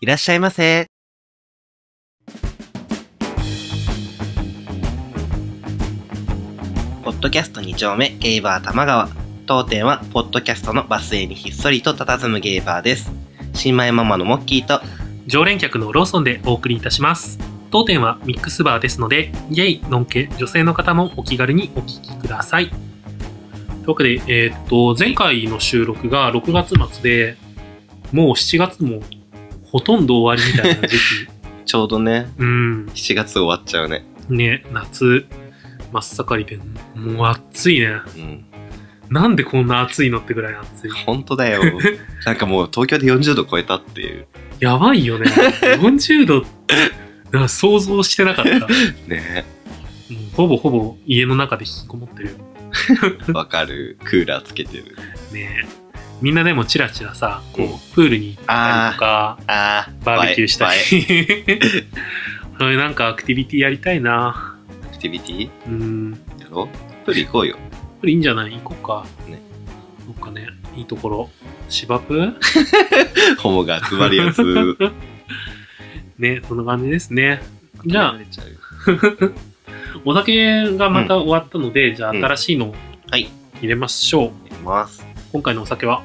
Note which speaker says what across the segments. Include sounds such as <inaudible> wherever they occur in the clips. Speaker 1: いらっしゃいませ。ポッドキャスト2丁目、ゲイバー玉川。当店は、ポッドキャストのバス停にひっそりと佇むゲイバーです。新米ママのモッキーと、
Speaker 2: 常連客のローソンでお送りいたします当店はミックスバーですのでゲイ、ノンケ、女性の方もお気軽にお聞きくださいというわけで、えーっと前回の収録が6月末でもう7月もほとんど終わりみたいな時期
Speaker 1: ちょうどね、
Speaker 2: うん
Speaker 1: 7月終わっちゃうね。
Speaker 2: ね夏真っ盛りでもう暑いね
Speaker 1: うん。
Speaker 2: なんでこんな暑いのってぐらい暑い
Speaker 1: 本当 <laughs> だよ。なんかもう東京で40度超えたっていう。
Speaker 2: やばいよね40度って想像してなかった
Speaker 1: ね
Speaker 2: うんほぼほぼ家の中で引きこもってるよ
Speaker 1: わかる。クーラーつけてる。
Speaker 2: ねみんなでもチラチラさこう、
Speaker 1: うん
Speaker 2: プールに行ったりとか
Speaker 1: あー。
Speaker 2: バーベキューした
Speaker 1: 映
Speaker 2: り
Speaker 1: え映
Speaker 2: <laughs> そういうなんかアクティビティやりたいな
Speaker 1: えアクティビティ
Speaker 2: うん
Speaker 1: やろプール行こう <laughs> よ。
Speaker 2: これいいんじゃない行こうか
Speaker 1: ね
Speaker 2: なんかねいいところ芝生
Speaker 1: ホモが集まるやつ。
Speaker 2: <laughs> ねそんな感じですねじゃあお酒がまた終わったので、じゃあ
Speaker 1: うん
Speaker 2: 新しいのを
Speaker 1: はい
Speaker 2: 入れましょう、
Speaker 1: 行きます。
Speaker 2: 今回のお酒は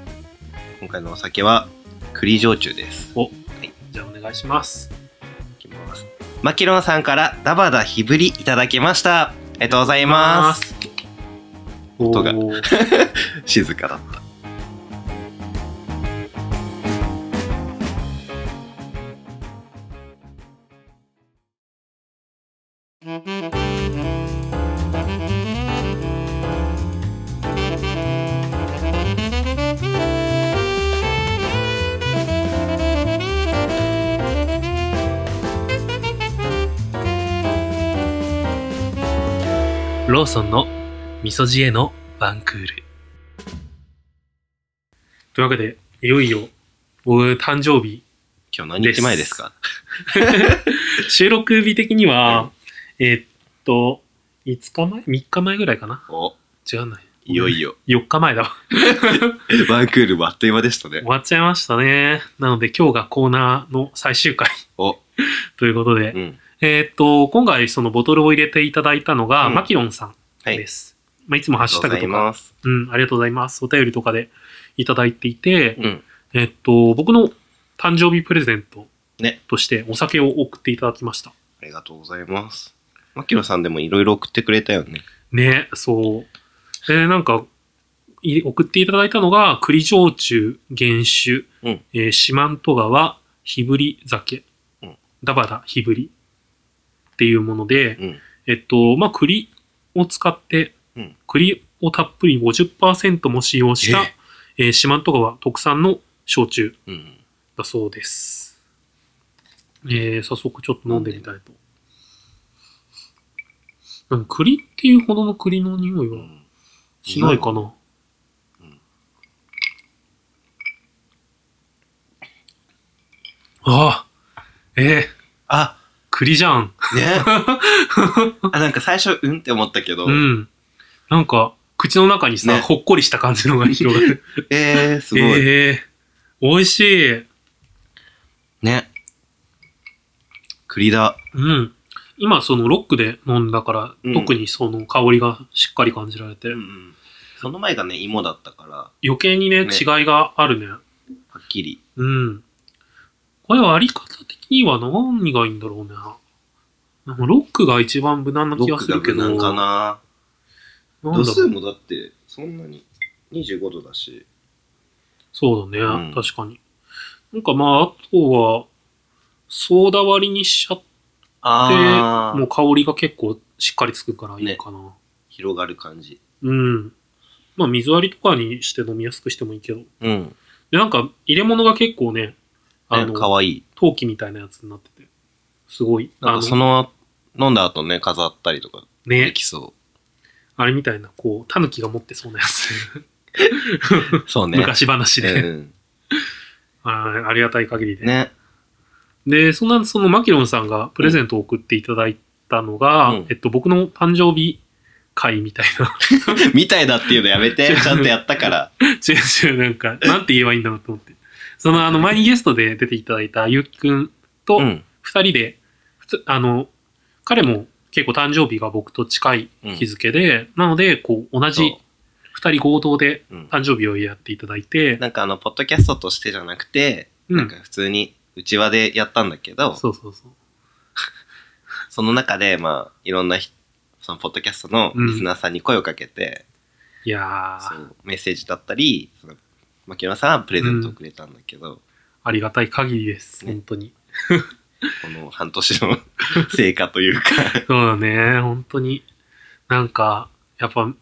Speaker 1: 今回のお酒は栗焼酎です。
Speaker 2: じゃあお願いします
Speaker 1: いきます。マキロンさんからダバダヒブリいただきました。ありがとうございます。音が
Speaker 2: おー
Speaker 1: 静かだった。
Speaker 2: ローソンの味噌汁へのワンクール。というわけで、いよいよ、僕、誕生日。
Speaker 1: 今日何日前ですか
Speaker 2: 収録日的には、えーっと、5日前 ?3 日前ぐらいかな
Speaker 1: お、
Speaker 2: 違うない。
Speaker 1: いよいよ。
Speaker 2: 4日前だわ。
Speaker 1: <laughs> ワンクールもあっという間でしたね
Speaker 2: 終。わっちゃいましたね。なので、今日がコーナーの最終回 <laughs>
Speaker 1: お、
Speaker 2: ということで、
Speaker 1: うん。
Speaker 2: えーっと、今回そのボトルを入れていただいたのが、
Speaker 1: うん
Speaker 2: マキロンさん
Speaker 1: はい。あり
Speaker 2: です。まあ、いつもハッ
Speaker 1: がとう
Speaker 2: シュ
Speaker 1: ご
Speaker 2: タ
Speaker 1: ざ
Speaker 2: グ
Speaker 1: い
Speaker 2: とか、
Speaker 1: ます。
Speaker 2: うん、ありがとうございます。お便りとかでいただいていて、
Speaker 1: うん。
Speaker 2: えっと、僕の誕生日プレゼント
Speaker 1: ね
Speaker 2: としてお酒を送っていただきました。
Speaker 1: ありがとうございます。マキロンさんでもいろいろ送ってくれたよね。
Speaker 2: ね、そう。で、なんか、い送っていただいたのが、栗焼酎、原酒、
Speaker 1: うん
Speaker 2: えー四万十川、日ぶり酒、
Speaker 1: うん
Speaker 2: ダバダ、日ぶりっていうもので、
Speaker 1: うん。
Speaker 2: えっと、まあ、栗を使って、
Speaker 1: うん
Speaker 2: 栗をたっぷり50%も使用した、えー四万十川特産の焼酎
Speaker 1: うん。
Speaker 2: だそうです。えー、早速ちょっと飲んでみたいと。なんか栗っていうほどの栗の匂いうは
Speaker 1: ん
Speaker 2: しないかな。
Speaker 1: うん
Speaker 2: ああ、えー、
Speaker 1: あ、
Speaker 2: 栗じゃん。
Speaker 1: ね
Speaker 2: <laughs>
Speaker 1: あ、なんか最初、うんって思ったけど、
Speaker 2: うん。なんか、口の中にさ、
Speaker 1: ね
Speaker 2: ほっこりした感じのが広がる。
Speaker 1: え <laughs> ー、すごい。
Speaker 2: ええ美味しい。
Speaker 1: ね。栗だ。
Speaker 2: うん。今、そのロックで飲んだから、
Speaker 1: うん
Speaker 2: 特にその香りがしっかり感じられて、
Speaker 1: ん。その前がね、芋だったから、は
Speaker 2: 余計にね、
Speaker 1: ね
Speaker 2: 違いがあるね。
Speaker 1: っきり。
Speaker 2: うん。これはあり方的には何がいいんだろうね。なんかロックが一番無難な
Speaker 1: ロ
Speaker 2: 気
Speaker 1: ッ
Speaker 2: が
Speaker 1: ク
Speaker 2: す
Speaker 1: が
Speaker 2: るけ
Speaker 1: 無
Speaker 2: ど。
Speaker 1: 難かな。
Speaker 2: なん
Speaker 1: 度
Speaker 2: だろ
Speaker 1: 数
Speaker 2: う。
Speaker 1: もだって、そんなに。25度だし。
Speaker 2: そうだね、
Speaker 1: うん
Speaker 2: 確かに。なんかまあ、あとは、ソーダ割りにしちゃって、
Speaker 1: あ
Speaker 2: もう香りが結構しっかりつくからいいかな。
Speaker 1: 広がる感じ。
Speaker 2: うん。まあ、水割りとかにして飲みやすくしてもいいけど。
Speaker 1: うん。
Speaker 2: で、なんか、入れ物が結構ね、あの、
Speaker 1: かわいい。
Speaker 2: 陶器みたいなやつになってて、すごい。
Speaker 1: なん
Speaker 2: あ
Speaker 1: かそ
Speaker 2: の、
Speaker 1: の、飲んだ後ね、飾ったりとかで
Speaker 2: ね、
Speaker 1: きそ
Speaker 2: あれみたいな、こう、タヌキが持ってそうなやつ。
Speaker 1: う。そう <laughs> ね。
Speaker 2: 昔話で、
Speaker 1: うん
Speaker 2: あ。ありがたい限 <laughs> りで。
Speaker 1: ね。
Speaker 2: で、そんな、そのマキロンさんがプレゼントを送っていただいたのが、
Speaker 1: うん
Speaker 2: えっと、僕の誕生日会みたいな。 <laughs>
Speaker 1: みたいだっていうのやめて。ちゃんとやったから。
Speaker 2: 違う違う、なんか、なんて言えばいいんだろうと思って。その、あの、前にゲストで出ていただいたゆうきくんと
Speaker 1: う、ん。
Speaker 2: 二人で、普通、あの、彼も結構誕生日が僕と近い日付で、なので、こう、同じ
Speaker 1: そ
Speaker 2: 二人合同で
Speaker 1: う。うん。
Speaker 2: 誕生日をやっていただいて、
Speaker 1: なんかあの、ポッドキャストとしてじゃなくて、
Speaker 2: うん
Speaker 1: なんか普通に、うちわでやったんだけど、
Speaker 2: そうそうそう。
Speaker 1: その中で、まあ、いろんなひ、その、ポッドキャストのリスナーさんに声をかけて、
Speaker 2: いや
Speaker 1: そ
Speaker 2: ー、
Speaker 1: うメッセージだったり、その牧野さんはプレゼントをくれたんだけど、
Speaker 2: ありがたい限りです、
Speaker 1: ね
Speaker 2: 本当に。
Speaker 1: この半年の <laughs> 成果というか、
Speaker 2: そうだね、本当に。なんか、やっぱ、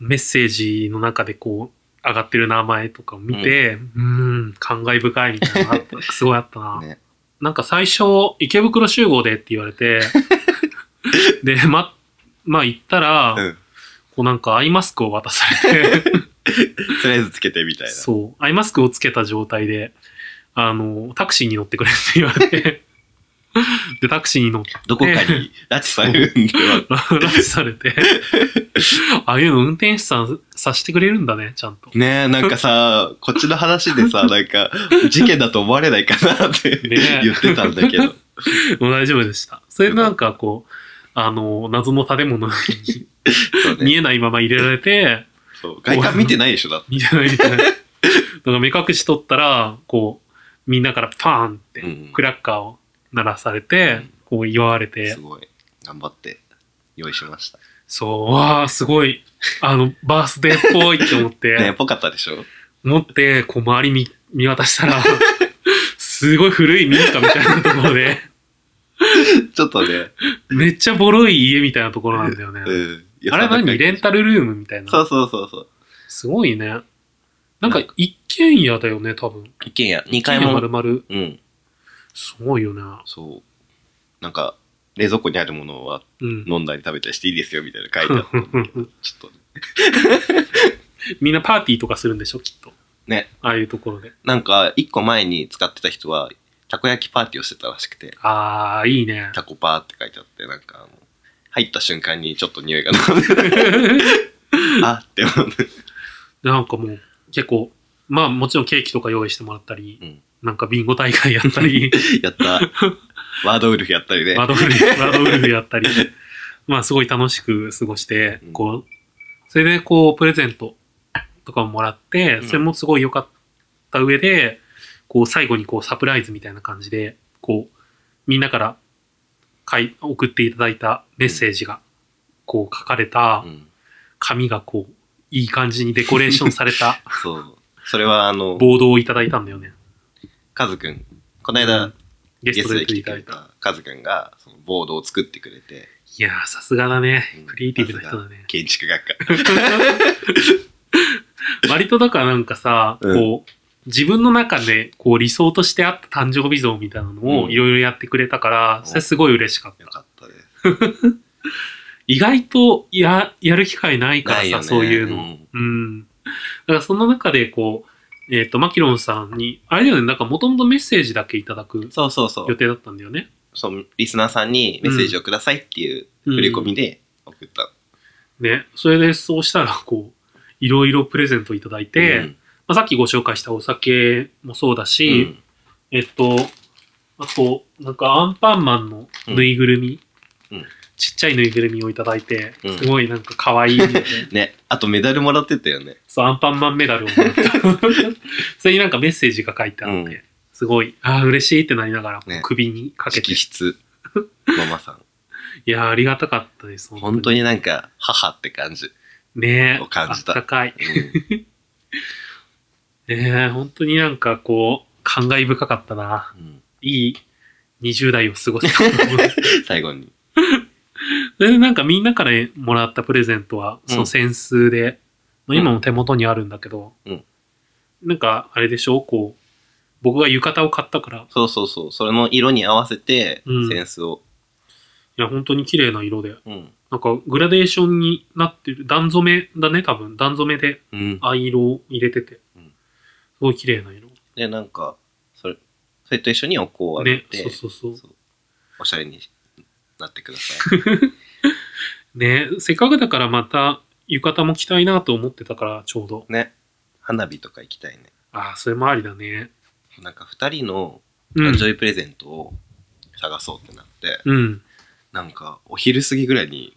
Speaker 2: メッセージの中でこう、上がってる名前とかを見て、うーん、感慨深いみたいなのあった、すごいあった
Speaker 1: <laughs>
Speaker 2: な。
Speaker 1: ね、
Speaker 2: なんか最初、池袋集合でって言わ
Speaker 1: <laughs>
Speaker 2: れて、で、ま、まあ行ったら、
Speaker 1: うん
Speaker 2: こうなんかアイマスクを渡されて、
Speaker 1: とりあえずつけてみたいな。
Speaker 2: そう、アイマスクをつけた状態で、あの、タクシーに乗ってくれって言われて、で、タクシーに乗って
Speaker 1: どこかに拉致されるんで
Speaker 2: <laughs>
Speaker 1: は、
Speaker 2: 拉致されて、ああいうの運転手さんさしてくれるんだね、ちゃんと。
Speaker 1: ねえ、なんかさ、こっちの話で
Speaker 2: <laughs>
Speaker 1: さ、なんか、事件だと思われないかなって
Speaker 2: ねえ
Speaker 1: 言ってたんだけど。
Speaker 2: もう大丈夫でした。それでなんかこう、あの、謎の建物に
Speaker 1: そう
Speaker 2: 見
Speaker 1: ね。
Speaker 2: えないまま入れられて、
Speaker 1: そう外観見てないでしょ、だって。
Speaker 2: 見てないみたいな。だから目隠し取ったら、こう、みんなからパーンって
Speaker 1: うん
Speaker 2: クラッカーを鳴らされて、こう祝われて
Speaker 1: す、ごい。頑張って、用意しました。
Speaker 2: そう、わあすごい、あの、バースデーっぽいって
Speaker 1: <laughs>
Speaker 2: 思っ
Speaker 1: ねえ、
Speaker 2: て、
Speaker 1: ぽかったでしょ
Speaker 2: 思って、こう周り見、見渡したら、すごい古い民家みたいなとこ
Speaker 1: <laughs>
Speaker 2: ろで、
Speaker 1: ちょっとね。
Speaker 2: めっちゃボロい家みたいなところなんだよね。
Speaker 1: うん。
Speaker 2: あれ何レンタルルームみたいな。
Speaker 1: そうそうそうそう。
Speaker 2: すごいね。なんか一軒家だよね、多分。
Speaker 1: 一軒家、二階も。
Speaker 2: 丸々。
Speaker 1: うん。
Speaker 2: すごいよね。
Speaker 1: そう。なんか、冷蔵庫にあるものは
Speaker 2: うん。
Speaker 1: 飲んだり食べたりしていいですよ、みたいな書いてあったん
Speaker 2: <laughs>
Speaker 1: だけど。ちょっと、
Speaker 2: みんなパーティーとかするんでしょ、きっと。
Speaker 1: ね。
Speaker 2: ああいうところで。
Speaker 1: なんか、一個前に使ってた人は、たこ焼きパーティーをしてたらしくて。
Speaker 2: ああ、いいね。
Speaker 1: タコパーって書いてあって、なんかあの、入った瞬間にちょっと匂いが飛んで、
Speaker 2: <laughs>
Speaker 1: あって思って。
Speaker 2: なんかもう、結構、まあもちろんケーキとか用意してもらったり、
Speaker 1: うん
Speaker 2: なんかビンゴ大会やった
Speaker 1: <laughs>
Speaker 2: り、
Speaker 1: や
Speaker 2: <laughs>
Speaker 1: った。ワードウルフやったりね。
Speaker 2: ワードウルフ、ワードウルフやったり、まあすごい楽しく過ごして
Speaker 1: う、ん
Speaker 2: こう、それでこう、プレゼントとかももらって、
Speaker 1: うん
Speaker 2: それもすごい良かった上で、こう、最後にこう、サプライズみたいな感じで、こう、みんなから、かい、送っていただいたメッセージが、こう、書かれた
Speaker 1: うん
Speaker 2: 紙がこう、いい感じにデコレーションされた
Speaker 1: そう。それはあの、
Speaker 2: ボードをいただいたんだよね。
Speaker 1: カズくん。この間、
Speaker 2: ゲ
Speaker 1: ゲス
Speaker 2: スト
Speaker 1: ト
Speaker 2: で
Speaker 1: で
Speaker 2: 出
Speaker 1: 来
Speaker 2: て
Speaker 1: て
Speaker 2: い
Speaker 1: く
Speaker 2: ただ
Speaker 1: れ
Speaker 2: いた。
Speaker 1: たカズくんが、そのボードを作ってくれて。
Speaker 2: いやー、さすがだね
Speaker 1: うん。
Speaker 2: クリエイティブな人だね。
Speaker 1: 建築学科。
Speaker 2: 割とだからなんかさ、
Speaker 1: うん
Speaker 2: こう、自分の中でこう理想としてあった誕生日像みたいなの
Speaker 1: う
Speaker 2: を
Speaker 1: ん
Speaker 2: いろいろやってくれたから、
Speaker 1: ん
Speaker 2: それすごい嬉しかった
Speaker 1: よ。かったです。
Speaker 2: 意外とや、やる機会ないから
Speaker 1: ない
Speaker 2: さ、
Speaker 1: よね
Speaker 2: そういうの。うん。だからその中でこう、えっ、と、マキロンさんに、あれだよね、なんかもともとメッセージだけいただく
Speaker 1: そうそうそ
Speaker 2: 予
Speaker 1: う。
Speaker 2: 定だったんだよね。
Speaker 1: そう、リスナーさんにメッセージをくださいっていう
Speaker 2: うん
Speaker 1: 振り込みで送った。
Speaker 2: ね。それでそうしたら、こう、いろいろプレゼントいただいて、
Speaker 1: うん
Speaker 2: まあ、さっきご紹介したお酒もそうだ
Speaker 1: う
Speaker 2: し、
Speaker 1: ん
Speaker 2: えっと、あと、なんかアンパンマンのぬいぐるみ、
Speaker 1: うんうん
Speaker 2: ちっちゃいぬいぐるみをいただいて、
Speaker 1: うん
Speaker 2: すごいなんか
Speaker 1: <laughs>
Speaker 2: 可愛いみたいな。
Speaker 1: ね。あとメダルもらってたよね。
Speaker 2: そう、アンパンマンメダルをもらった。 <laughs> それになんかメッセージが書いてあって、
Speaker 1: うん
Speaker 2: すごい、ああ、嬉しいってなりながら、
Speaker 1: ね
Speaker 2: 首にかけて。
Speaker 1: 直
Speaker 2: い <laughs>
Speaker 1: 筆。ママさん。
Speaker 2: やー、ありがたかったです。
Speaker 1: 本当になんか、母って感じ。
Speaker 2: に。ねえ
Speaker 1: を、感じた
Speaker 2: あったかい。
Speaker 1: うん
Speaker 2: <laughs> ねえ、本当になんかこう、感慨深かったな。
Speaker 1: うん
Speaker 2: いい20代を過ごせたと思う。 <laughs>
Speaker 1: 最後に。
Speaker 2: それでなんかみんなからもらったプレゼントは、
Speaker 1: うん
Speaker 2: その扇子で、まあ今も手元にあるんだけど、
Speaker 1: うん
Speaker 2: なんかあれでしょこう、僕が浴衣を買ったから、い
Speaker 1: そうそうそう。それの色に合わせて、
Speaker 2: うん
Speaker 1: センスを。
Speaker 2: や本当に綺麗な色で、
Speaker 1: うん。
Speaker 2: なんかグラデーションになってる、段染めだね、多分。段染めで
Speaker 1: うん。
Speaker 2: 藍色を入れてて、
Speaker 1: うん
Speaker 2: すごい綺麗な色。
Speaker 1: で、なんか、それ、それと一緒にお香をあげ
Speaker 2: ね、
Speaker 1: て、
Speaker 2: そうそうそう。
Speaker 1: そうおしゃれになってくださ
Speaker 2: ね、せっかくだからまた浴衣も着たいなと思ってたから、ちょうど。
Speaker 1: い。ね。花火とか行きたいね。
Speaker 2: ああ、それもありだね。
Speaker 1: なんか2人の
Speaker 2: う
Speaker 1: 誕
Speaker 2: ん。
Speaker 1: 生日プレゼントを探そうってなって、
Speaker 2: うん。
Speaker 1: なんかお昼過ぎぐらいに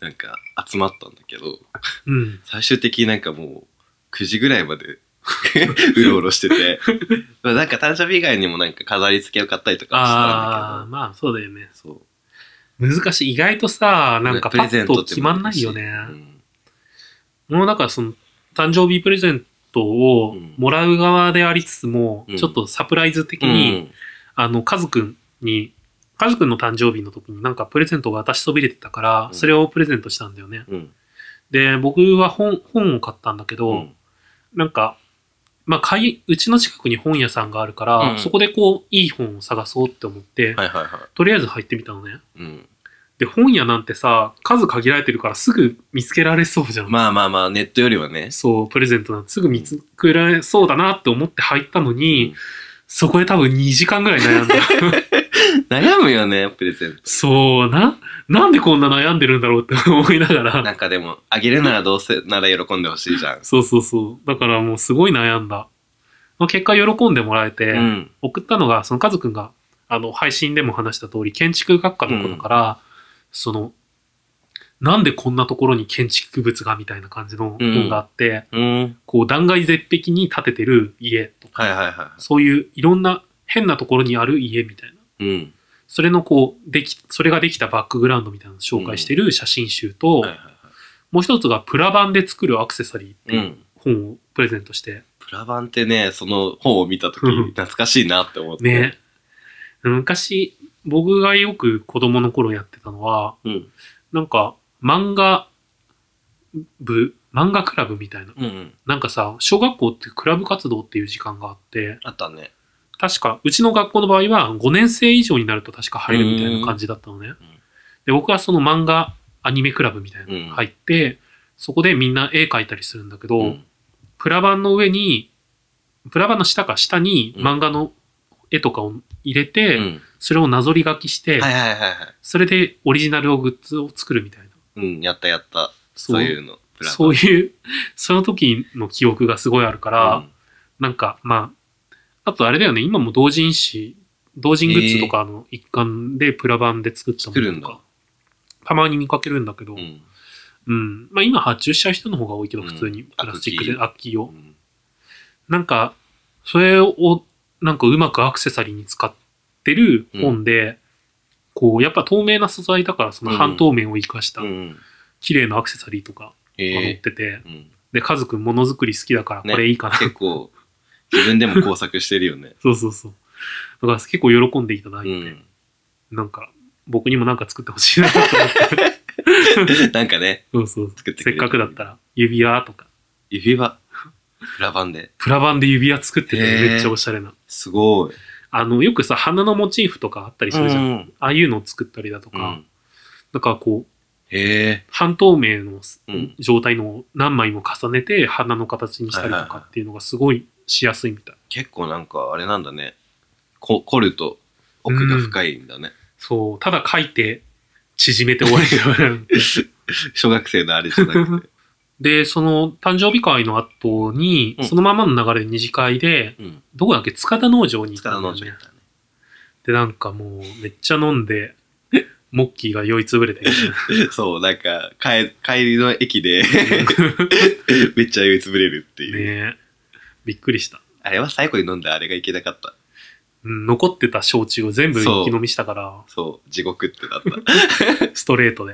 Speaker 1: なんか集まったんだけど
Speaker 2: うん。
Speaker 1: 最終的になんかもう9時ぐらいまで <laughs> うろうろしててまあなんか誕生日以外にもなんか飾り付けを買ったりとかした
Speaker 2: ああ、
Speaker 1: んだ
Speaker 2: まあそうだよね
Speaker 1: け。どそう
Speaker 2: 難しい。意外とさ、なんか
Speaker 1: プ
Speaker 2: パ
Speaker 1: レゼ
Speaker 2: ッ
Speaker 1: ント
Speaker 2: と
Speaker 1: って
Speaker 2: 決まんないよね。
Speaker 1: うん
Speaker 2: もうだからその、誕生日プレゼントを
Speaker 1: うん
Speaker 2: もらう側でありつつも、
Speaker 1: うん
Speaker 2: ちょっとサプライズ的に、あの、カズくんに、カズくんの誕生日の時になんかプレゼントを渡しそびれてたから、
Speaker 1: うん
Speaker 2: それをプレゼントしたんだよね。
Speaker 1: うんうん
Speaker 2: で、僕は本、本を買ったんだけど、
Speaker 1: うん
Speaker 2: なんか、まあ、買いうちの近くに本屋さんがあるから、
Speaker 1: うん
Speaker 2: そこでこう、いい本を探そうって思って、
Speaker 1: はいはいは
Speaker 2: とりあえず入ってみたのね。
Speaker 1: い、うん、
Speaker 2: で、本屋なんてさ、数限られてるからすぐ見つけられそうじゃん。
Speaker 1: まあまあまあネットよりはね
Speaker 2: そう、プレゼントなんてすぐ見つけられそうだなって思って入ったのに、
Speaker 1: うん
Speaker 2: そこで多分2時間ぐらい悩
Speaker 1: <laughs>
Speaker 2: んだ。
Speaker 1: 悩むよねプレゼン
Speaker 2: そう、な、なんでこんな悩んでるんだろうって思いなが
Speaker 1: トな
Speaker 2: ら。
Speaker 1: んかでもあげるならどうせなら喜んでほしいじゃん、
Speaker 2: そうそうそう。だからもうすごい悩んだ。まあ、結果喜んでもらえて、
Speaker 1: うん
Speaker 2: 送ったのが、そのカズくんが、あの、配信でも話した通り、建築学科の子だから、その、なんでこんなところに建築物がみたいな感じの本があって、
Speaker 1: うん
Speaker 2: こう断崖絶壁に建ててる家とか、
Speaker 1: はいはいは
Speaker 2: そういういろんな変なところにある家みたい
Speaker 1: い
Speaker 2: な。
Speaker 1: うん
Speaker 2: それのこう、でき、それができたバックグラウンドみたいなのを紹介してる写真集と、
Speaker 1: はいはいは
Speaker 2: もう一つがプラ版で作るアクセサリーって
Speaker 1: い、う
Speaker 2: いうん本をプレゼントして、
Speaker 1: プラ版ってね、その本を見たとき、
Speaker 2: うん
Speaker 1: 懐かしいなって思って。
Speaker 2: ね。昔、僕がよく子供の頃やってたのは、
Speaker 1: うん。
Speaker 2: なんか漫画部、漫画クラブみたいな。
Speaker 1: うんうん。
Speaker 2: なんかさ、小学校ってクラブ活動っていう時間があって、
Speaker 1: あったね。
Speaker 2: 確か、うちの学校の場合は5年生以上になると確か入るみたいな感じだったのね。で、僕はその漫画アニメクラブみたいなのに入って、そこでみんな絵描いたりするんだけど、
Speaker 1: うん。
Speaker 2: プラ板の上に、プラ板の下か下に
Speaker 1: うん
Speaker 2: 漫画の絵とかを入れて、
Speaker 1: うん
Speaker 2: それをなぞり書きして、
Speaker 1: はいはいはいはい。
Speaker 2: それでオリジナルをグッズを作るみたいな。
Speaker 1: うん、やったやった。
Speaker 2: そ
Speaker 1: そうう
Speaker 2: い、
Speaker 1: いううの。プラ版
Speaker 2: そういう、その時の記憶がすごいあるから、
Speaker 1: うん
Speaker 2: なんか、まあ、あとあれだよね、今も同人誌、同人グッズとかの一環でプラ版で作ったも
Speaker 1: 作る
Speaker 2: の
Speaker 1: ん
Speaker 2: と
Speaker 1: だ
Speaker 2: か、たまに見かけるんだけど、う。
Speaker 1: うんん。
Speaker 2: まあ今発注しちゃう人の方が多いけど、
Speaker 1: うん
Speaker 2: 普通にプラスチックで
Speaker 1: ア
Speaker 2: アッキー
Speaker 1: う
Speaker 2: を。
Speaker 1: ん
Speaker 2: なんか、それを、なんかうまくアクセサリーに使ってる本で、こう、やっぱ透明な素材だから、その半透明を生かした
Speaker 1: う、ん。
Speaker 2: 綺麗なアクセサリーとかが載っ
Speaker 1: ええ
Speaker 2: てて、
Speaker 1: うん
Speaker 2: で、カズくんものづくり好きだから、こ
Speaker 1: ね
Speaker 2: れいいかな。
Speaker 1: 結構、自分でも工作してるよね
Speaker 2: そうそうそう。だから結構喜んでいただいて、
Speaker 1: うん。 <laughs>
Speaker 2: なんか、僕にもなんか作ってほしいなと思って。
Speaker 1: <laughs> なんかね、
Speaker 2: そうそう
Speaker 1: 作ってく
Speaker 2: せ
Speaker 1: れ
Speaker 2: っ
Speaker 1: る
Speaker 2: かくだったら、指輪とか、
Speaker 1: 指輪、プラ版で。
Speaker 2: プラ版で指輪作ってて、
Speaker 1: へー
Speaker 2: めっちゃおしゃれな。
Speaker 1: すごい。
Speaker 2: あの、よくさ、花のモチーフとかあったりするじゃん。
Speaker 1: ん。
Speaker 2: ああいうのを作ったりだと
Speaker 1: う
Speaker 2: か、
Speaker 1: ん。
Speaker 2: だからこう、
Speaker 1: へえ。
Speaker 2: 半透明の
Speaker 1: うん
Speaker 2: 状態の何枚も重ねて、花の形にしたりと
Speaker 1: はいはい
Speaker 2: か
Speaker 1: はい
Speaker 2: っていうのがすごいしやすいみたい。
Speaker 1: 結構なんか、あれなんだね。こ凝ると、奥が深いんだね。
Speaker 2: そう、ただ書いて、縮めて終わりじゃ
Speaker 1: <laughs>
Speaker 2: なくて
Speaker 1: 小学生のあれじゃなくて。
Speaker 2: で、その誕生日会の後に、
Speaker 1: うん
Speaker 2: そのままの流れで二次会で、
Speaker 1: うん。
Speaker 2: どこだっけ塚田農場に行った
Speaker 1: 塚
Speaker 2: んだ
Speaker 1: 田農
Speaker 2: よね
Speaker 1: 場行ったね。
Speaker 2: で、なんかもう、めっちゃ飲んで、モッキーが酔いつぶれて、
Speaker 1: そう、なんか、帰帰りの駅で、 <laughs> めっちゃ酔いつぶれるっていう。
Speaker 2: ねびっくりした。
Speaker 1: あれは最後に飲んだあれがいけなかった。
Speaker 2: うん残ってた焼酎を全部
Speaker 1: そう
Speaker 2: 一気飲みしたから、
Speaker 1: そう、地獄ってなっ
Speaker 2: ストレートで。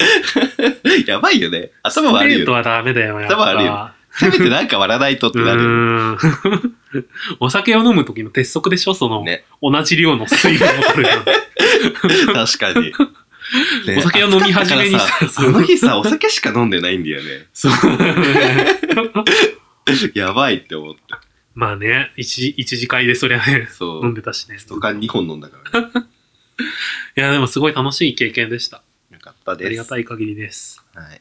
Speaker 1: <laughs> た。やばいよね。頭悪い
Speaker 2: ストレート
Speaker 1: よね。
Speaker 2: はダメだよ、やっぱ
Speaker 1: 頭悪いよせめてなんか割らないとって
Speaker 2: う
Speaker 1: なる。
Speaker 2: ーん。 <laughs> お酒を飲む時の鉄則でしょその、
Speaker 1: ね。
Speaker 2: 同じ量の水分を取る。
Speaker 1: 確かに。ね
Speaker 2: <laughs> お酒を飲み始めにさ
Speaker 1: 暑かったか
Speaker 2: そう
Speaker 1: らあの日さ、お酒しか飲んでないんだよね。
Speaker 2: そう。
Speaker 1: <laughs> やばいって思って。
Speaker 2: まあね、一時、一時会でそりゃね、
Speaker 1: そ
Speaker 2: 飲ん
Speaker 1: う。
Speaker 2: でたしね。
Speaker 1: とか2本飲んだからね。
Speaker 2: いや、でもすごい楽しい経験でした。
Speaker 1: よかったです。
Speaker 2: ありがた
Speaker 1: い。
Speaker 2: い限りです。
Speaker 1: はい。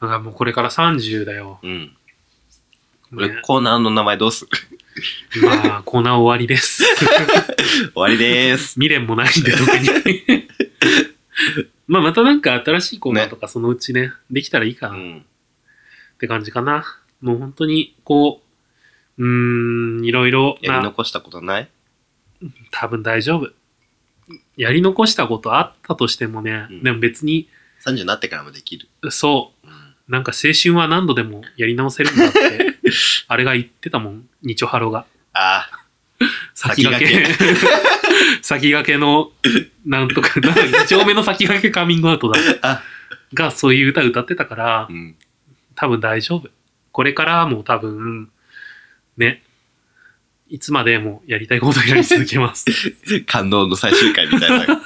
Speaker 2: だからもうこれから30だよ。
Speaker 1: うん。こ
Speaker 2: ね
Speaker 1: れコーナーの名前どうする <laughs>
Speaker 2: まあ、コーナー終わりです。
Speaker 1: 終
Speaker 2: <laughs>
Speaker 1: わりです。
Speaker 2: 未練もないんで、特に。 <laughs> まあ、またなんか新しいコーナーとかそのうちね、できたらいいか
Speaker 1: う
Speaker 2: なっ
Speaker 1: ん。
Speaker 2: て感じかな。もう本当に、こう、うーん、いろいろ
Speaker 1: やり
Speaker 2: な、
Speaker 1: 残したことない
Speaker 2: 多分大丈夫。やり残したことあったとしてもね、
Speaker 1: うん
Speaker 2: でも別に、
Speaker 1: ?30 になってからもできる。
Speaker 2: そうう、なんか青春は何度でもやり直せるん
Speaker 1: <laughs>
Speaker 2: だって、あれが言ってたもん、日曜ハロが。
Speaker 1: あ
Speaker 2: 先駆け。 <laughs> 先駆けの、なんとか、なんか2丁目の先駆けカミングアウトだ
Speaker 1: あ。
Speaker 2: が、そういう歌歌ってたから
Speaker 1: あ、う、ん。 <laughs>
Speaker 2: 多分大丈夫。これからも多分、ね、いつまでもやりたいことをやり続けます。 <laughs>
Speaker 1: 感動の最終回みたい <laughs> な。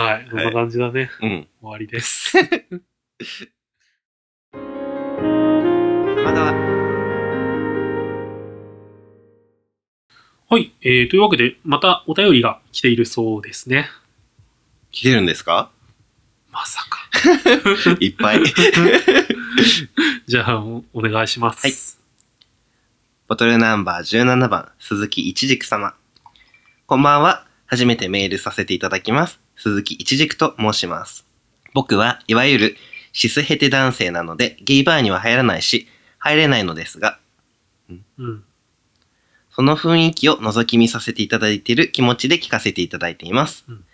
Speaker 2: はい、こんな感じだね。
Speaker 1: うん。
Speaker 2: 終わりです。
Speaker 1: まだ。
Speaker 2: はい、えー、というわけで、またお便りが来ているそうですね。
Speaker 1: 来てるんです <laughs> か
Speaker 2: まさか。
Speaker 1: いっぱい。
Speaker 2: じゃあ、おお願いします。
Speaker 1: ボトルナンバー17番、鈴木一軸様。こんばんは。初めてメールさせていただきます。鈴木一軸と申します。僕はいわゆるシスヘテ男性なので、ゲイバーには入らないし、入れないのですが、
Speaker 2: うん。
Speaker 1: その雰囲気を覗き見させていただいている気持ちで聞かせていただいています。
Speaker 2: うん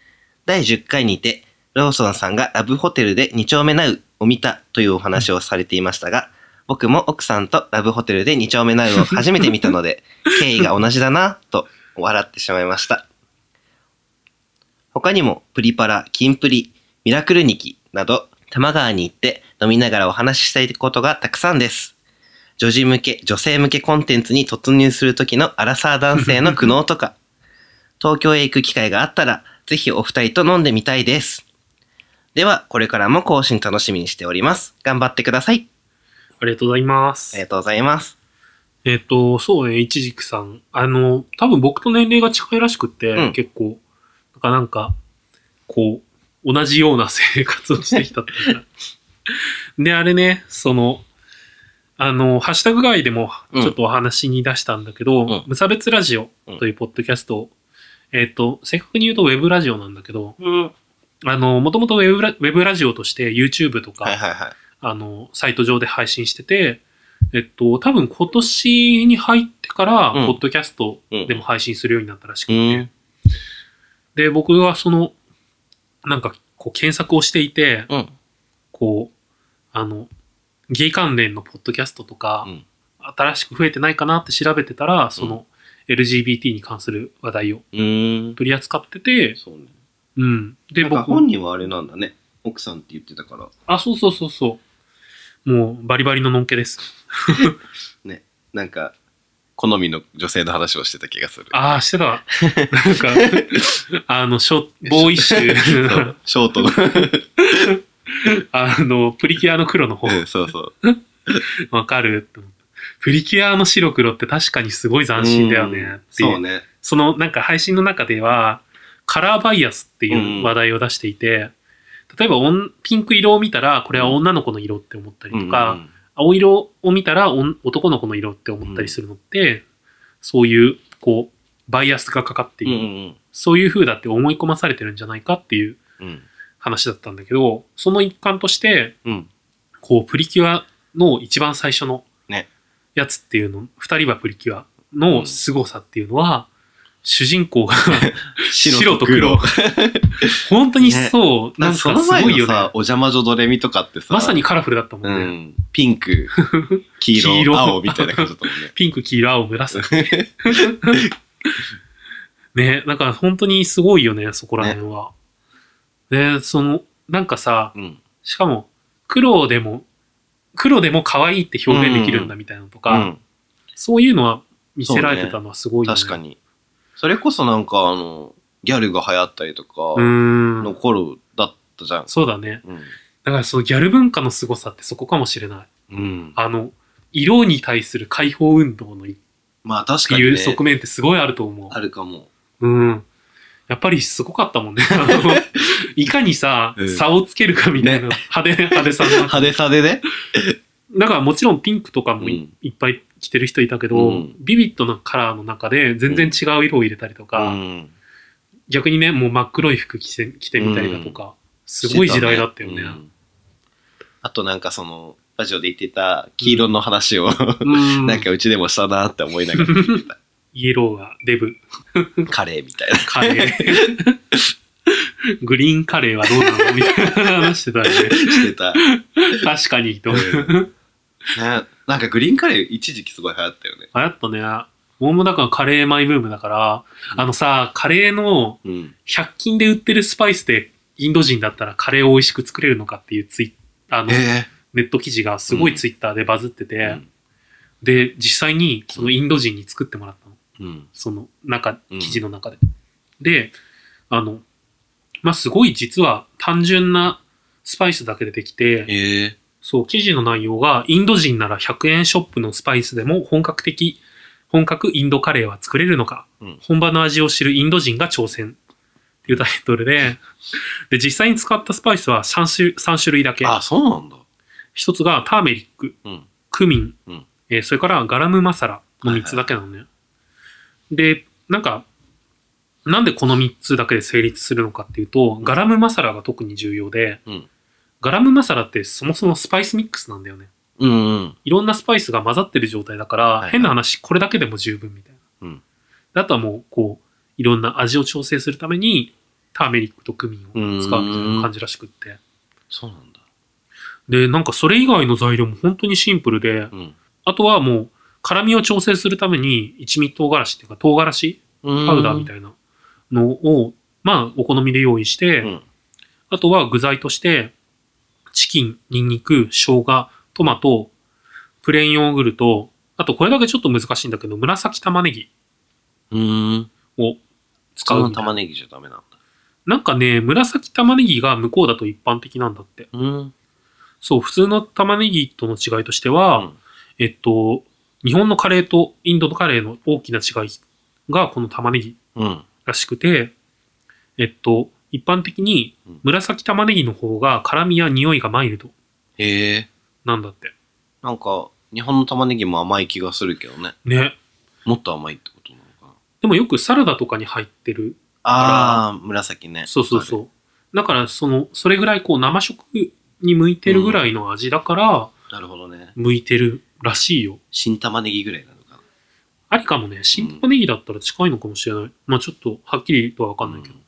Speaker 1: 第10回にて、ローソンさんがラブホテルで2丁目ナウを見たというお話をされていましたが、僕も奥さんとラブホテルで2丁目ナウを初めて見たの
Speaker 2: <laughs>
Speaker 1: で、経緯が同じだなと笑ってしまいました。他にも、プリパラ、キンプリ、ミラクルニキなど、多摩川に行って飲みながらお話ししたいことがたくさんです。女児向け、女性向けコンテンツに突入するときのアラサー男性の苦悩とか、東京へ行く機会があったら、ぜひお二人と飲んでみたいです。では、これからも更新楽しみにしております。頑張ってください。
Speaker 2: ありがとうございます。
Speaker 1: ありがとうございます。
Speaker 2: えっ、と、そうね、いちじくさん。あの、多分僕と年齢が近いらしくって、
Speaker 1: うん
Speaker 2: 結構、なんかなんか、こう、同じような生活をしてきたってい
Speaker 1: <laughs>
Speaker 2: うかで、あれね、その、あの、ハッシュタグ外でも
Speaker 1: うん
Speaker 2: ちょっとお話に出したんだけど、
Speaker 1: ん
Speaker 2: 無差別ラジオというポッドキャストを、えっ、と、正確に言うとウェブラジオなんだけど、
Speaker 1: うん。
Speaker 2: あの、もともとウェブラウェブラジオとして YouTube とか、
Speaker 1: はいはいはい。
Speaker 2: あの、サイト上で配信してて、えっと、多分今年に入ってから、
Speaker 1: うん
Speaker 2: ポッドキャストでも配信するようになったらしく
Speaker 1: う
Speaker 2: て、
Speaker 1: ん。
Speaker 2: で、僕はその、なんか、こう、検索をしていて、
Speaker 1: うん。
Speaker 2: こう、あの、ゲイ関連のポッドキャストとか、
Speaker 1: うん
Speaker 2: 新しく増えてないかなって調べてたら、その、LGBT に関する話題を
Speaker 1: うん。
Speaker 2: 取り扱ってて、
Speaker 1: そうね。
Speaker 2: うん。で、
Speaker 1: なんか
Speaker 2: 僕、
Speaker 1: 本人はあれなんだね。奥さんって言ってたから。
Speaker 2: あ、そうそうそうそう。もう、バリバリののんけです。
Speaker 1: なんか、好みの女性の話をしてた気がする。
Speaker 2: ああ、してたわ。なんか、
Speaker 1: <laughs>
Speaker 2: あの、ショボーイッシ
Speaker 1: そ <laughs>
Speaker 2: ュ
Speaker 1: う、ショートの。
Speaker 2: あの、プリキュアの黒の方、
Speaker 1: うん <laughs> そうそう。
Speaker 2: わかるって思ったプリキュアの白黒って確かにすごい斬新だよね
Speaker 1: うん
Speaker 2: っていう。
Speaker 1: そうね。
Speaker 2: その、なんか配信の中では、カラーバイアスっていう話題を出していて、例えばおんピンク色を見たら、これは女の子の色って思ったりとか、
Speaker 1: うんうん
Speaker 2: 青色を見たらおん男の子の色って思ったりするのって、そういう、こう、バイアスがかかっている。
Speaker 1: うん
Speaker 2: そういう風だって思い込まされてるんじゃないかっていう
Speaker 1: うんうん。
Speaker 2: 話だったんだけど、その一環として、
Speaker 1: うん。
Speaker 2: こう、プリキュアの一番最初の
Speaker 1: ね
Speaker 2: やつっていうの、二人はプリキュア
Speaker 1: う
Speaker 2: の
Speaker 1: ん
Speaker 2: 凄さっていうのは、主人公が <laughs> 白
Speaker 1: 白
Speaker 2: と
Speaker 1: と
Speaker 2: 黒
Speaker 1: 黒。。
Speaker 2: 本当にそう、
Speaker 1: な
Speaker 2: なんん
Speaker 1: か
Speaker 2: か
Speaker 1: そ
Speaker 2: す
Speaker 1: の
Speaker 2: ご
Speaker 1: 前
Speaker 2: い
Speaker 1: の
Speaker 2: よ
Speaker 1: さ
Speaker 2: ね、。
Speaker 1: お邪魔女ドレミとかってさ、
Speaker 2: まさにカラフルだったも
Speaker 1: うん
Speaker 2: ね。
Speaker 1: ん、ピン
Speaker 2: <laughs>
Speaker 1: ク、黄色、
Speaker 2: 黄色
Speaker 1: 青みたいな感じだったもんね。
Speaker 2: ピンク、黄色、青、紫。
Speaker 1: <laughs>
Speaker 2: ね、なんか本当にすごいよね、そこら辺は。ね、その、なんかさ、 <laughs>
Speaker 1: うん。
Speaker 2: しかも、黒でも、黒でも可愛いって表現できるんだみたいなのとか、そういうのは見せられてたのはすご
Speaker 1: うん、
Speaker 2: いよね。
Speaker 1: 確か。に。それこそなんか、あの、ギャルが流行ったりと
Speaker 2: う
Speaker 1: か、
Speaker 2: ー
Speaker 1: の
Speaker 2: ん。
Speaker 1: 頃だったじゃん。
Speaker 2: そうだね。
Speaker 1: うん。
Speaker 2: だからそのギャル文化の凄さってそこかもしれない。
Speaker 1: うん。
Speaker 2: あの、色に対する解放運動のっ
Speaker 1: まあ確
Speaker 2: て
Speaker 1: かに、
Speaker 2: いう
Speaker 1: ね、
Speaker 2: 側面ってすごいあると思
Speaker 1: あるかも。
Speaker 2: う。うん。やっぱりすごかったもんね。あ
Speaker 1: <laughs>
Speaker 2: のいかにさ、
Speaker 1: うん
Speaker 2: 差をつけるかみたいな派手、派手さが。
Speaker 1: 派手さでね。
Speaker 2: だからもちろんピンクとかもい,、
Speaker 1: うん
Speaker 2: っぱい着てる人いたけど、
Speaker 1: うん
Speaker 2: ビビッドなカラーの中で全然違う色を入れたりと
Speaker 1: う
Speaker 2: か、
Speaker 1: ん。
Speaker 2: 逆にね、もう真っ黒い服着て着てみたりだとか、すごい時代だったよね。
Speaker 1: うんあとなんかその、ラジオで言ってた黄色の話を、
Speaker 2: う
Speaker 1: <laughs>
Speaker 2: ん。
Speaker 1: なんかうちでもしたなって思いながら聞いてた。
Speaker 2: イエローがデブ。
Speaker 1: カレーみたいな。 <laughs>
Speaker 2: カレー。グリーンカレーはどうなのみたいな話してたね。
Speaker 1: してた。
Speaker 2: 確かにと。流
Speaker 1: うんね、なんかグリーンカレー一時期すごい流行ったよね。
Speaker 2: 行ったね。俺もだからカレーマイブームだから、
Speaker 1: うん
Speaker 2: あのさ、カレーの
Speaker 1: うん。
Speaker 2: 100均で売ってるスパイスでインド人だったらカレーを美味しく作れるのかっていうツイあの、
Speaker 1: え
Speaker 2: ネット記事がすごいツイッターでバズってて、
Speaker 1: え
Speaker 2: で、実際にそのインド人に作ってもらったの。
Speaker 1: うん。
Speaker 2: その中、
Speaker 1: うん
Speaker 2: 記事の中で。で、あの、まあ、すごい実は単純なスパイスだけでできて、
Speaker 1: ええ
Speaker 2: そう、記事の内容が、インド人なら100円ショップのスパイスでも本格的、本格インドカレーは作れるのか、
Speaker 1: うん
Speaker 2: 本場の味を知るインド人が挑戦っていうタイトルで、で、実際に使ったスパイスは3種 ,3 種類だけ。
Speaker 1: あ、そうなんだ。
Speaker 2: 一つがターメリック、
Speaker 1: うん
Speaker 2: クミン、
Speaker 1: うん
Speaker 2: えーそれからガラムマサラの3つだけなのね。で、なんか、なんでこの3つだけで成立するのかっていうと、ガラムマサラが特に重要で、
Speaker 1: うん
Speaker 2: ガラムマサラってそもそもスパイスミックスなんだよね。
Speaker 1: うんうん。
Speaker 2: いろんなスパイスが混ざってる状態だから、
Speaker 1: いはい
Speaker 2: 変な話、これだけでも十分みたいな。
Speaker 1: うん
Speaker 2: であとはもう、こう、いろんな味を調整するために、ターメリックとクミンを使うみたいな感じらしくって。
Speaker 1: そうなんだ。
Speaker 2: で、なんかそれ以外の材料も本当にシンプルで、
Speaker 1: うん。
Speaker 2: あとはもう、辛味を調整するために、一味唐辛子っていうか、唐辛子パウダーみ
Speaker 1: い
Speaker 2: たいなのを、まあ、お好みで用意して、
Speaker 1: うん
Speaker 2: あとは具材として、チキン、ニンニク、生姜、トマト、プレーンヨーグルト、あとこれだけちょっと難しいんだけど、紫玉ねぎ
Speaker 1: な。うん。
Speaker 2: を使
Speaker 1: 使
Speaker 2: う
Speaker 1: う
Speaker 2: みたい
Speaker 1: 玉
Speaker 2: な。
Speaker 1: ねぎじゃダメなんだ。
Speaker 2: なんかね、紫玉ねぎが向こうだと一般的なんだって。
Speaker 1: うん。
Speaker 2: そう、普通の玉ねぎとの違いとしては、
Speaker 1: うん
Speaker 2: えっと、日本のカレーとインドのカレーの大きな違いがこの玉ねぎ
Speaker 1: うん。
Speaker 2: らしくて、えっと、一般的に
Speaker 1: うん
Speaker 2: 紫玉ねぎの方が辛みや匂いがマイルド
Speaker 1: へえ。
Speaker 2: なんだって。
Speaker 1: なんか、日本の玉ねぎも甘い気がするけどね。
Speaker 2: ね。
Speaker 1: もっと甘いってことなのかな。
Speaker 2: でもよくサラダとかに入ってる。
Speaker 1: あー、紫ね。
Speaker 2: そうそう
Speaker 1: う。
Speaker 2: そう。だから、その、それぐらいこう生食に向いてるぐらいの味だから、
Speaker 1: なるほどね。
Speaker 2: 向いてるらしいよ。
Speaker 1: 新玉ねぎぐらいなのかな。
Speaker 2: ありかもね、新玉ねぎだったら近いのかもしれない。まあちょっとはっきりとはわかんないけど。
Speaker 1: うん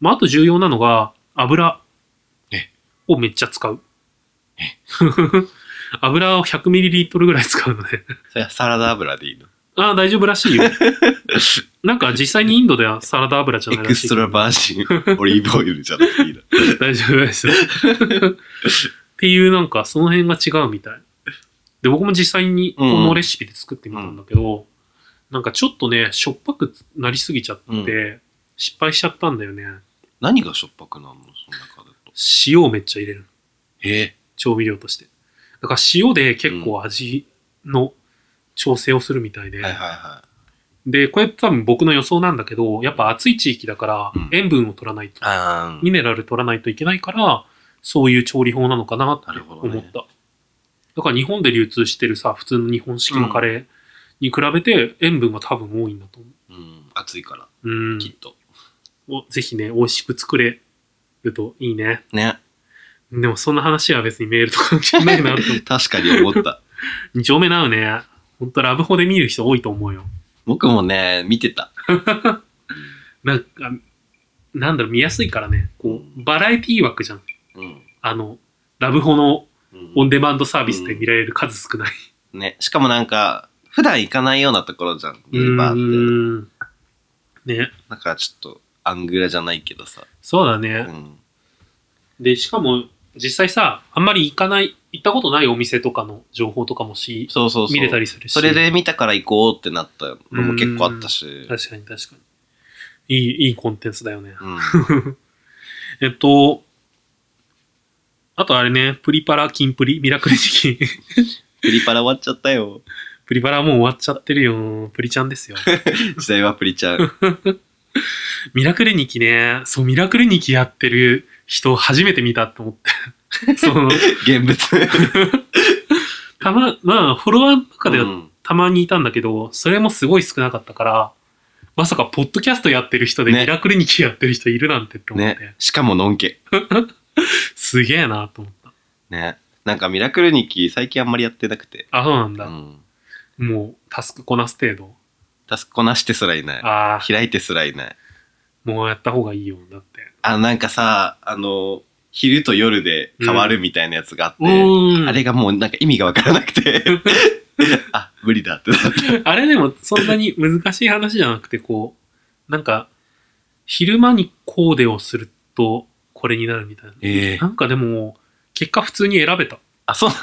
Speaker 2: まああと重要なのが、油
Speaker 1: え
Speaker 2: をめっちゃ使う。 <laughs> 油を 100ml ぐらい使うので。
Speaker 1: それはサラダ油でいいの。
Speaker 2: ああ、大丈夫らし
Speaker 1: <laughs>
Speaker 2: いよ。なんか実際にインドではサラダ油じゃ
Speaker 1: エ
Speaker 2: ないら
Speaker 1: ク
Speaker 2: し
Speaker 1: スト
Speaker 2: いけど。
Speaker 1: ラバージン <laughs> オリーブオイルじゃなくていいの。
Speaker 2: 大丈夫です。っていうなんかその辺が違うみたい。で、僕も実際にこのレシピで作ってみたんだけど、なんかちょっとね、しょっぱくなりすぎちゃって、
Speaker 1: う
Speaker 2: 失敗しちゃったんだよね。
Speaker 1: 何がしょっぱくなるのその中だと。
Speaker 2: 塩をめっちゃ入れる。
Speaker 1: へえ。
Speaker 2: 調味料として。だから塩で結構味の調整をするみたいで。
Speaker 1: はいはいは
Speaker 2: で、これ多分僕の予想なんだけど、やっぱ暑い地域だから
Speaker 1: うん
Speaker 2: 塩分を取らないと
Speaker 1: い。、あ
Speaker 2: ミネラル取らないといけないから、そういう調理法なのかなって
Speaker 1: なるほ
Speaker 2: 思
Speaker 1: どね
Speaker 2: った。だから日本で流通してるさ、普通の日本式のカレーに比べて塩分が多分多いんだと思
Speaker 1: ー。うん。暑いから、
Speaker 2: う。うん
Speaker 1: きっと。
Speaker 2: お。ぜひね、美味しく作れるといいね。
Speaker 1: ね。
Speaker 2: でもそんな話は別にメールと関係ないなと思
Speaker 1: <laughs>
Speaker 2: って。
Speaker 1: 確かに思った。
Speaker 2: 二丁目なうね。ほんとラブホで見る人多いと思うよ。
Speaker 1: 僕もね、見てた。
Speaker 2: なんか、なんだろう、見やすいからね。こう、バラエティ枠じゃん。
Speaker 1: うん。
Speaker 2: あの、ラブホの
Speaker 1: うん
Speaker 2: オンデマンドサービスで見られる数少ない。
Speaker 1: ね。しかもなんか、普段行かないようなところじゃん。ミニバ
Speaker 2: う
Speaker 1: ーって。
Speaker 2: ーん。ね。
Speaker 1: だからちょっと、アングラじゃないけどさ。
Speaker 2: そうだ
Speaker 1: う
Speaker 2: ね。
Speaker 1: ん。
Speaker 2: で、しかも、実際さ、あんまり行かない、行ったことないお店とかの情報とかもし、
Speaker 1: そうそうそう。
Speaker 2: 見れたりするし。
Speaker 1: それで見たから行こうってなったのも結構あったし。
Speaker 2: 確かに確かに。いい、いいコンテンツだよね。
Speaker 1: うん。
Speaker 2: えっと、あとあれね、プリパラ、キン <laughs> プリ、ミラクル時期。
Speaker 1: プリパラ終わっちゃったよ。
Speaker 2: プリパラもう終わっちゃってるよ。プリちゃんで
Speaker 1: <laughs>
Speaker 2: すよ。
Speaker 1: 時代はプリちゃん。
Speaker 2: ミラクルニキね。そう、ミラクルニキやってる人初めて見たと
Speaker 1: <laughs>
Speaker 2: 思って。その、
Speaker 1: 現物。
Speaker 2: たま、まあ、フォロワーの中で
Speaker 1: う
Speaker 2: は
Speaker 1: ん
Speaker 2: たまにいたんだけど、それもすごい少なかったから、まさかポッドキャストやってる人で
Speaker 1: ね
Speaker 2: ミラクルニキやってる人いるなんてって思って、
Speaker 1: ね。しかものんけ。
Speaker 2: すげえなと思った。
Speaker 1: ね。なんかミラクル日記最近あんまりやってなくて。
Speaker 2: あ、そうなん
Speaker 1: う
Speaker 2: だ。
Speaker 1: ん。
Speaker 2: もう、タスクこなす程度。
Speaker 1: タスクこなしてすらいない。
Speaker 2: ああ、
Speaker 1: 開いてすらいない。
Speaker 2: もうやった方がいいよ、だって。
Speaker 1: あ、なんかさ、あの、昼と夜で変わるみたいなやつがあって、
Speaker 2: うん。
Speaker 1: あれがもうなんか意味がわからなくて、 <laughs> あ、無理だってなって。
Speaker 2: <laughs> あれでもそんなに難しい話じゃなくて、こう、なんか、昼間にコーデをすると、これになるみたいな。
Speaker 1: え
Speaker 2: なんかでも、結果普通に選べた。
Speaker 1: あ、そうな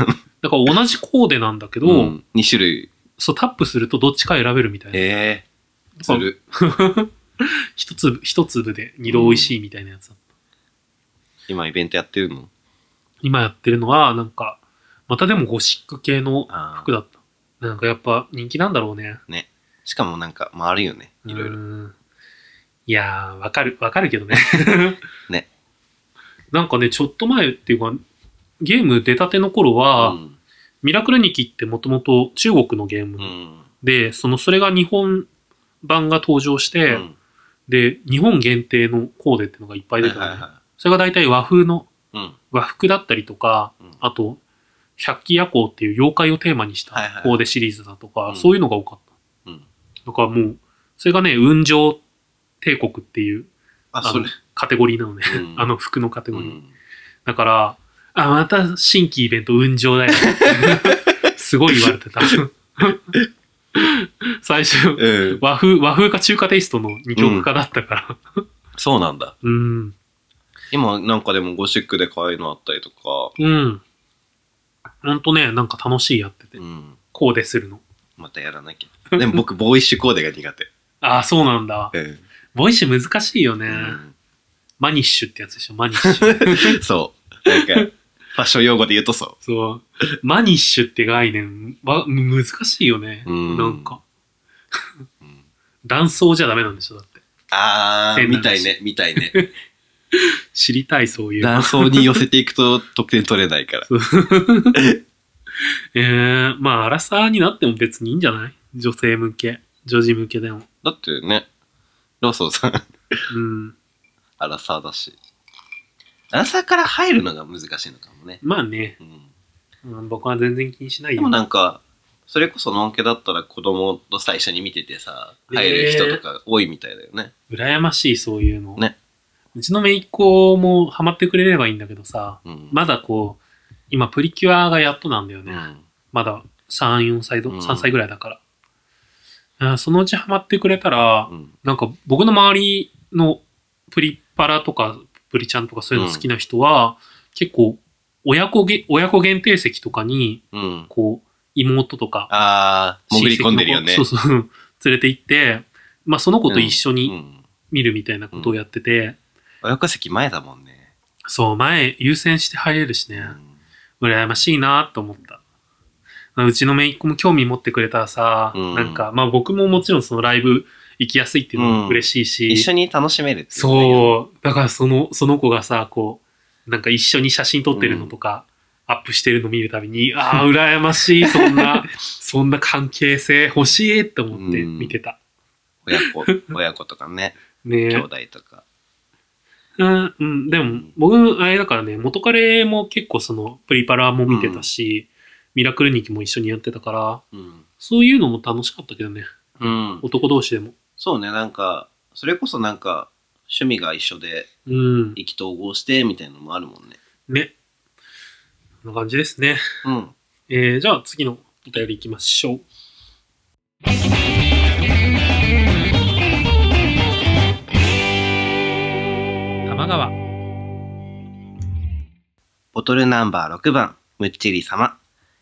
Speaker 2: だから同じコーデなんだけど、
Speaker 1: の、うん、?2 種類。
Speaker 2: そうタップするとどっちか選べるみたいな。
Speaker 1: えー、する。
Speaker 2: <laughs> 一粒、一粒で二度美味しいみたいなやつだった。
Speaker 1: 今イベントやってるの
Speaker 2: 今やってるのは、なんか、またでもゴシック系の
Speaker 1: あ
Speaker 2: 服だった。なんかやっぱ人気なんだろうね。
Speaker 1: しかもなんか回るよね。いろいろ
Speaker 2: う。ーんいやー、わかる、わかるけどね。
Speaker 1: <laughs> ね。
Speaker 2: なんかね、ちょっと前っていうか、ゲーム出たての頃は、
Speaker 1: うん。
Speaker 2: ミラクルニキってもともと中国のゲー
Speaker 1: う
Speaker 2: ム
Speaker 1: ん。
Speaker 2: で、その、それが日本版が登場して、
Speaker 1: うん
Speaker 2: で、日本限定のコーデっていうのがいっぱい
Speaker 1: はい
Speaker 2: 出
Speaker 1: は
Speaker 2: て
Speaker 1: い
Speaker 2: たのね、
Speaker 1: は
Speaker 2: それが大体和風の、
Speaker 1: い。うん。
Speaker 2: 和服だったりとか、
Speaker 1: うん
Speaker 2: あと、百鬼夜行っていう妖怪をテーマにした
Speaker 1: はいはい
Speaker 2: コーデシリーズだとか、
Speaker 1: うん
Speaker 2: そういうのが多かった。
Speaker 1: うん。
Speaker 2: だからもう、それがね、雲上帝国っていう
Speaker 1: あ、
Speaker 2: あ
Speaker 1: そ
Speaker 2: の
Speaker 1: れ。
Speaker 2: カテゴリーなのね。
Speaker 1: うん
Speaker 2: <laughs> あの服のカテ
Speaker 1: う
Speaker 2: ゴリー。
Speaker 1: ん。
Speaker 2: だから、あ、また新規イベント雲上
Speaker 1: <laughs>
Speaker 2: だよ。すごい言われてた。 <laughs> 最初、
Speaker 1: うん。
Speaker 2: 和風、和風か中華テイストの二極化だったから。
Speaker 1: そうなんだ。
Speaker 2: うん。
Speaker 1: 今なんかでもゴシックで可愛いのあったりとか、
Speaker 2: うん。ほんとね、なんか楽しいやってて
Speaker 1: う。ん。
Speaker 2: コーデするの。
Speaker 1: またやらなきゃ。でも僕、ボーイッシュコーデが苦手。
Speaker 2: ああ、そうなんだ。
Speaker 1: うん。
Speaker 2: ボイシー難しいよね。マニッシュってやつでしょ、マニッシ
Speaker 1: <laughs>
Speaker 2: ュ。
Speaker 1: そう。なんか、ファッション用語で言うとそ
Speaker 2: そう。マニッシュって概念は難しいよね。
Speaker 1: う。うん。
Speaker 2: なんか。
Speaker 1: うん。
Speaker 2: 断層じゃダメなんでしょ、だって。
Speaker 1: あー、
Speaker 2: 変な
Speaker 1: みた
Speaker 2: 話
Speaker 1: いね、みたいね。 <laughs>
Speaker 2: 知りたい、そういうの。
Speaker 1: 断層に寄せていくと得点取れないから。
Speaker 2: ええー、まあ、アラサーになっても別にいいんじゃない女性向け、女児向けでも。
Speaker 1: だってね、ローソンさん、 <laughs>
Speaker 2: うん。
Speaker 1: アラサーだし。アラサーから入るのが難しいのかもね。
Speaker 2: まあね、
Speaker 1: うん。
Speaker 2: うん僕は全然気にしない
Speaker 1: で
Speaker 2: よ
Speaker 1: も。なんか、それこそのんけだったら子供と最初に見ててさ、入る人とか多いみたいだよね。
Speaker 2: 羨ましい、そういうの。
Speaker 1: ね。
Speaker 2: うちの姪っ子もハマってくれればいいんだけどさ、
Speaker 1: うん。
Speaker 2: まだこう、今、プリキュアがやっとなんだよ
Speaker 1: う
Speaker 2: ね。
Speaker 1: ん。
Speaker 2: まだ3、4歳ど、
Speaker 1: うん
Speaker 2: 3歳ぐらいだから。あーそのうちハマってくれたら、
Speaker 1: うん。
Speaker 2: なんか僕の周りのプリパラとかプリちゃんとかそういうの好きな人は、結構親子げ親子限定席とかに
Speaker 1: うん。
Speaker 2: こう妹とか
Speaker 1: あー、潜り込んでるよね。
Speaker 2: 親戚の子そうそう <laughs> 連れて行って、まあ、その子と一緒
Speaker 1: う
Speaker 2: に
Speaker 1: ん。
Speaker 2: 見るみたいなことをやってて、
Speaker 1: 親子席前だもんね。
Speaker 2: そう前優先して入れるし
Speaker 1: う
Speaker 2: ね
Speaker 1: ん
Speaker 2: 羨ましいなと思った。うちの姪っ子も興味持ってくれたらさ、
Speaker 1: うん
Speaker 2: なんか、まあ僕ももちろんそのライブ行きやすいっていうのも嬉しいし、
Speaker 1: 一緒に楽しめるっていうのがいいよね
Speaker 2: そう。だからその、その子がさ、こう、なんか一緒に写真撮ってるのとか、アップしてるの見るたびに、ああ、羨ましい、そ
Speaker 1: <laughs>
Speaker 2: んな、そんな関係性欲しいって思って見てた。
Speaker 1: 親子、
Speaker 2: <laughs>
Speaker 1: 親子とかね、
Speaker 2: ね
Speaker 1: 兄
Speaker 2: え
Speaker 1: 弟とか。
Speaker 2: うん、うん、でも、僕、あれだからね、元カレも結構その、プリパラも見てたし、ミラクルニキも一緒にやってたから、
Speaker 1: うん。
Speaker 2: そういうのも楽しかったけどね、
Speaker 1: うん。
Speaker 2: 男同士でも。
Speaker 1: そうね、なんか、それこそなんか、趣味が一緒で
Speaker 2: うん。
Speaker 1: 意気投合してみたいなのもあるもんね。
Speaker 2: ね。こんな感じですね。
Speaker 1: うん。
Speaker 2: えー、じゃあ次のお便り行きましょう。玉川。
Speaker 1: ボトルナンバー6番、むっちり様。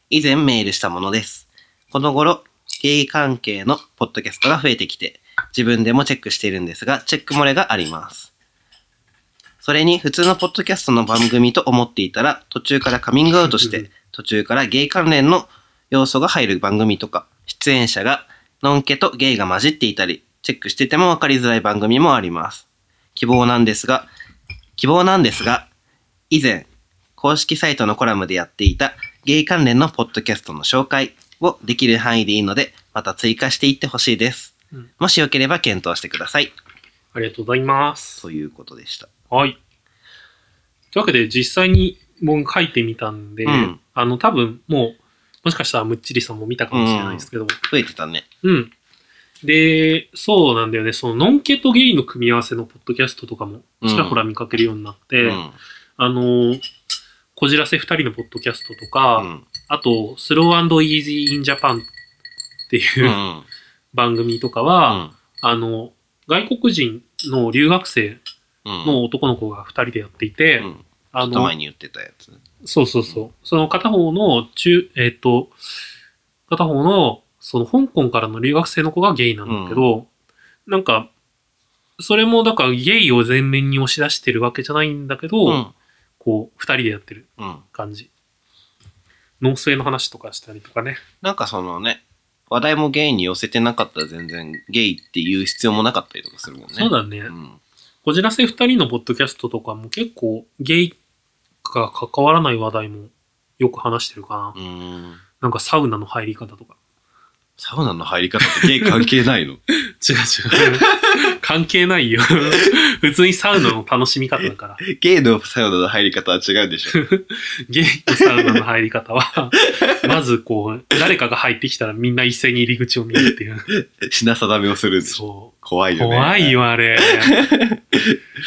Speaker 1: 以前メールしたものです。この頃、経営関係のポッドキャストが増えてきて、自分でもチェックしているんですが、チェック漏れがあります。それに、普通のポッドキャストの番組と思っていたら、途中からカミングアウトし
Speaker 2: うん
Speaker 1: て、途中からゲイ関連の要素が入る番組とか、出演者が、ノンケとゲイが混じっていたり、チェックしてても分かりづらい番組もあります。希望なんですが、希望なんですが、以前、公式サイトのコラムでやっていたゲイ関連のポッドキャストの紹介をできる範囲でいいので、また追加していってほしいです
Speaker 2: うん。
Speaker 1: もしよければ検討してください。
Speaker 2: ありがとうございます。
Speaker 1: ということでした。
Speaker 2: はい。というわけで、実際に、僕書いてみたんで、
Speaker 1: うん
Speaker 2: あの、多分もう、もしかしたらむっちりさんも見たかもしれないですけど、
Speaker 1: 増えてたね。
Speaker 2: うん。で、そうなんだよね。その、ノンケとゲイの組み合わせのポッドキャストとかも、ちらほら見かけるようになって、
Speaker 1: うん
Speaker 2: あの、こじらせ二人のポッドキャストとか、
Speaker 1: うん
Speaker 2: あと、スローイージーインジャパンっていうう、
Speaker 1: ん
Speaker 2: 番組とか
Speaker 1: う
Speaker 2: は、
Speaker 1: ん
Speaker 2: あの、外国人の留学生
Speaker 1: うん
Speaker 2: の男の子が二人でやっていて、
Speaker 1: うん
Speaker 2: あ
Speaker 1: ちょっと
Speaker 2: の
Speaker 1: 前、に言ってたやつ。
Speaker 2: そうそうそう。その片方の中、えっ、と、片方の、その香港からの留学生の子がゲイなんだけど、なんか、それもだからゲイを前面に押し出してるわけじゃないんだけど、
Speaker 1: うん
Speaker 2: こう、二人でやってる
Speaker 1: うん
Speaker 2: 感じ。農水の話とかしたりとかね。
Speaker 1: なんかそのね、話題もゲイに寄せてなかったら全然ゲイっていう必要もなかったりとかするもんね。
Speaker 2: そうだね。
Speaker 1: うん
Speaker 2: こじらせ二人のポッドキャストとかも結構ゲイが関わらない話題もよく話してるかな。
Speaker 1: うーん。
Speaker 2: なんかサウナの入り方とか。
Speaker 1: サウナの入り方ってゲイ関係
Speaker 2: <laughs>
Speaker 1: ないの
Speaker 2: 違う違う。関係ないよ。 <laughs> 普通にサウナの楽しみ方だから。
Speaker 1: ゲイのサウナの入り方は違うでしょ。
Speaker 2: ゲイとサウナの入り方は、まずこう、誰かが入ってきたらみんな一斉に入り口を見るっていう。
Speaker 1: 品定めをするんでしょ。
Speaker 2: そ
Speaker 1: 怖
Speaker 2: う。
Speaker 1: いよね。
Speaker 2: 怖い。よ、あれ。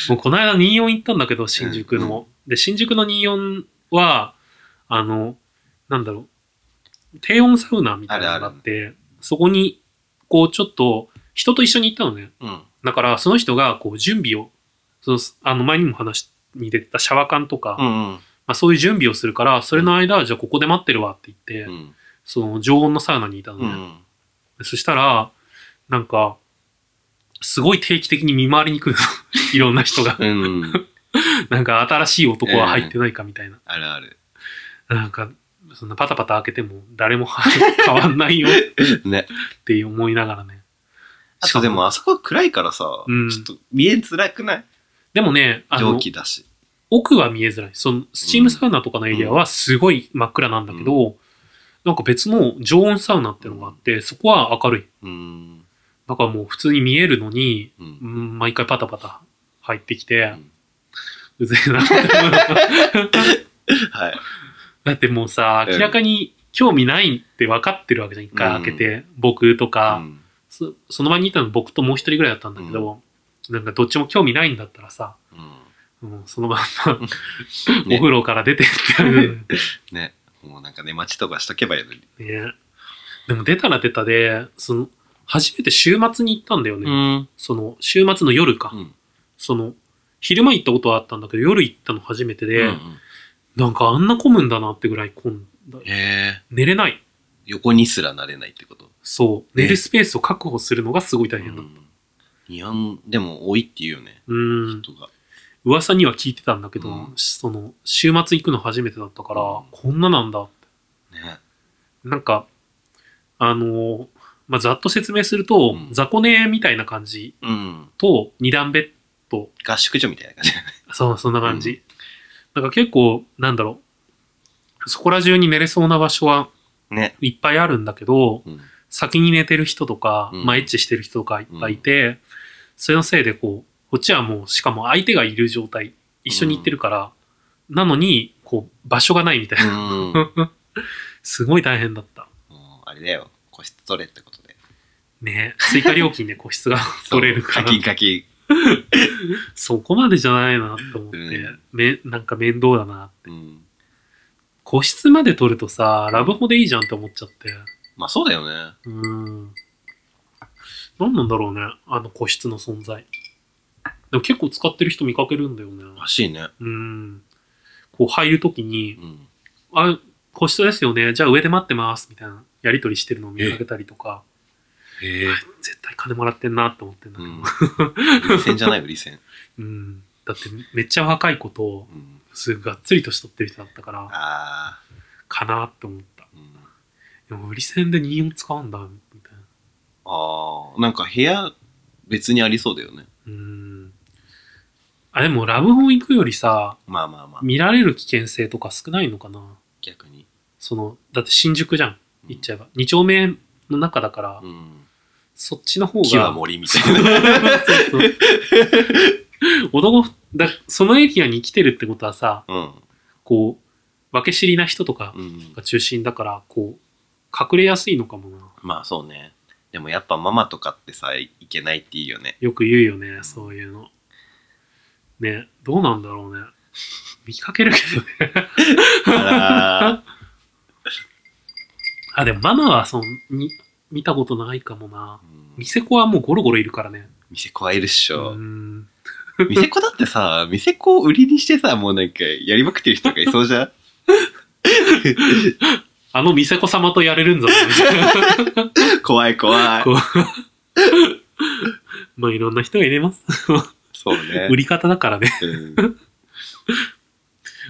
Speaker 2: もうこの間24行ったんだけど、新宿の。で、新宿の24は、あの、なんだろう、低温サウナみたいなのがあって、そこに、こうちょっと、人と一緒に行ったのね。
Speaker 1: うん。
Speaker 2: だから、その人が、こう、準備を、その、あの、前にも話に出てたシャワー缶とか、
Speaker 1: う
Speaker 2: ま
Speaker 1: ん
Speaker 2: あそういう準備をするから、それの間、じゃあここで待ってるわって言って、
Speaker 1: うん。
Speaker 2: その、常温のサウナにいたの
Speaker 1: う
Speaker 2: ね。
Speaker 1: ん。
Speaker 2: そしたら、なんか、すごい定期的に見回りに来るの。 <laughs> いろんな
Speaker 1: <laughs>
Speaker 2: 人が。
Speaker 1: うん。うん。
Speaker 2: なんか、新しい男は入ってないかみたいな。
Speaker 1: あるある。
Speaker 2: なんか、そんなパタパタ開けても誰も <laughs> 変わんないよ
Speaker 1: ね。
Speaker 2: って思いながらね。
Speaker 1: あとでもあそこ暗いからさ、
Speaker 2: うん
Speaker 1: ちょっと見えづらくない
Speaker 2: でもね、あ
Speaker 1: 蒸
Speaker 2: の、
Speaker 1: 気だし。
Speaker 2: 奥は見えづらい。その、スチームサウナとかのエリアはすごい真っ暗なんだけど、なんか別の常温サウナっていうのがあって、そこは明るい。
Speaker 1: うん。
Speaker 2: だからもう普通に見えるのに、
Speaker 1: うん
Speaker 2: うん、毎回パタパタ入ってきて
Speaker 1: ん、
Speaker 2: うぜえなって思う。
Speaker 1: <laughs> はい。
Speaker 2: だってもうさ、
Speaker 1: うん
Speaker 2: 明らかに興味ないって分かってるわけじゃん。一回開けて、僕とか、
Speaker 1: うん
Speaker 2: そ、その場にいたの僕ともう一人ぐらいだったんだけど、なんかどっちも興味ないんだったらさ、
Speaker 1: う
Speaker 2: うん、そのまんま、
Speaker 1: ん。ね
Speaker 2: お風呂から出てっていう。
Speaker 1: ね。もうなんか寝待ちとかしとけばいいのに。
Speaker 2: ね。でも出たら出たで、その、初めて週末に行ったんだよね。
Speaker 1: ん。
Speaker 2: その、週末の夜か。
Speaker 1: うん。
Speaker 2: その、昼間行ったことはあったんだけど、夜行ったの初めてで、
Speaker 1: うん
Speaker 2: なんかあんな混むんだなってぐらい混んだ。
Speaker 1: へえ。
Speaker 2: 寝れない。
Speaker 1: 横にすらなれないってこと。
Speaker 2: そう。
Speaker 1: ね
Speaker 2: 寝るスペースを確保するのがすごい大変だ。
Speaker 1: ニアン、でも多いって言うよね。
Speaker 2: うん。
Speaker 1: 人が。
Speaker 2: 噂には聞いてたんだけど、
Speaker 1: うん
Speaker 2: その、週末行くの初めてだったから、
Speaker 1: うん
Speaker 2: こんななんだ。
Speaker 1: ね。
Speaker 2: なんか、あのーまあ、ざっと説明すると、
Speaker 1: うん
Speaker 2: 雑魚寝みたいな感じ
Speaker 1: うん。
Speaker 2: と、二段ベッド。
Speaker 1: 合宿所みたいな感じ。
Speaker 2: そう、そんな感じ。なんか結構、なんだろう。そこら中に寝れそうな場所は
Speaker 1: ね。
Speaker 2: いっぱいあるんだけど、
Speaker 1: うん。
Speaker 2: 先に寝てる人とか、
Speaker 1: うん
Speaker 2: まあ、エッチしてる人とかいっぱいいて、それのせいでこう、こっちはもう、しかも相手がいる状態、一緒に行ってるから、なのに、こう、場所がないみたい
Speaker 1: う
Speaker 2: な。
Speaker 1: ん。もう
Speaker 2: すごい大変だった。
Speaker 1: あれだよ。個室取れってことで。
Speaker 2: ね追加料金で個室
Speaker 1: <laughs>
Speaker 2: が取れるから
Speaker 1: カキ。ンカキ
Speaker 2: そこまでじゃないなと思って、
Speaker 1: うん
Speaker 2: め、なんか面倒だな。
Speaker 1: ン。うん。
Speaker 2: 個室まで取るとさ、ラブホでいいじゃんって思っちゃって。
Speaker 1: まあそうだよね。
Speaker 2: うーん。何なんだろうね、あの個室の存在。でも結構使ってる人見かけるんだよね。
Speaker 1: らしいね。
Speaker 2: うーん。こう入るときに
Speaker 1: う、ん。
Speaker 2: あ、個室ですよね、じゃあ上で待ってます、みたいな、やりとりしてるのを見かけたりとか、
Speaker 1: へえ。
Speaker 2: 絶対金もらってんなって思ってんだ
Speaker 1: う
Speaker 2: けど。
Speaker 1: ん。売り線じゃない売り線。
Speaker 2: うん。だってめっちゃ若い子と、
Speaker 1: うん。
Speaker 2: すごいがっつりとしとってる人だったから、
Speaker 1: ああ。
Speaker 2: かなって思った。
Speaker 1: うん。
Speaker 2: でも売り線で2を使うんだ、みたいな。
Speaker 1: ああ。なんか部屋、別にありそうだよね。
Speaker 2: うーん。あ、でもラブホン行くよりさ、
Speaker 1: まあまあまあ。
Speaker 2: 見られる危険性とか少ないのかな
Speaker 1: 逆に。
Speaker 2: そのだって新宿じゃん行っちゃえば、二丁目の中だから、
Speaker 1: うん。
Speaker 2: そっちの方が
Speaker 1: 木は森みたいな。
Speaker 2: <laughs> そうそう男だそのエリアに来てるってことはさ
Speaker 1: うん。
Speaker 2: こう、分け知りな人とか
Speaker 1: うん
Speaker 2: が中心だから、こう、隠れやすいのかもな。
Speaker 1: まあそうねでもやっぱママとかってさいけないっていいよね
Speaker 2: よく言うよね、そういうの。ね、どうなんだろうね。見かけるけどね。
Speaker 1: あ
Speaker 2: あ、でもママはそう、に、見たことないかもな。
Speaker 1: ら、
Speaker 2: <laughs>
Speaker 1: うん
Speaker 2: ニセコはもうゴロゴロいるからね。
Speaker 1: 店子はいるっし
Speaker 2: う
Speaker 1: ょ、
Speaker 2: ん。
Speaker 1: 店子だってさ店子を売りにしてさもうなんかやりまくってる人がいそうじ
Speaker 2: <laughs>
Speaker 1: ゃん
Speaker 2: あのニセコ様とやれるんぞ。 <laughs>
Speaker 1: 怖い怖い
Speaker 2: 怖いまあいろんな人がいれます。
Speaker 1: そうね
Speaker 2: 売り方だからね。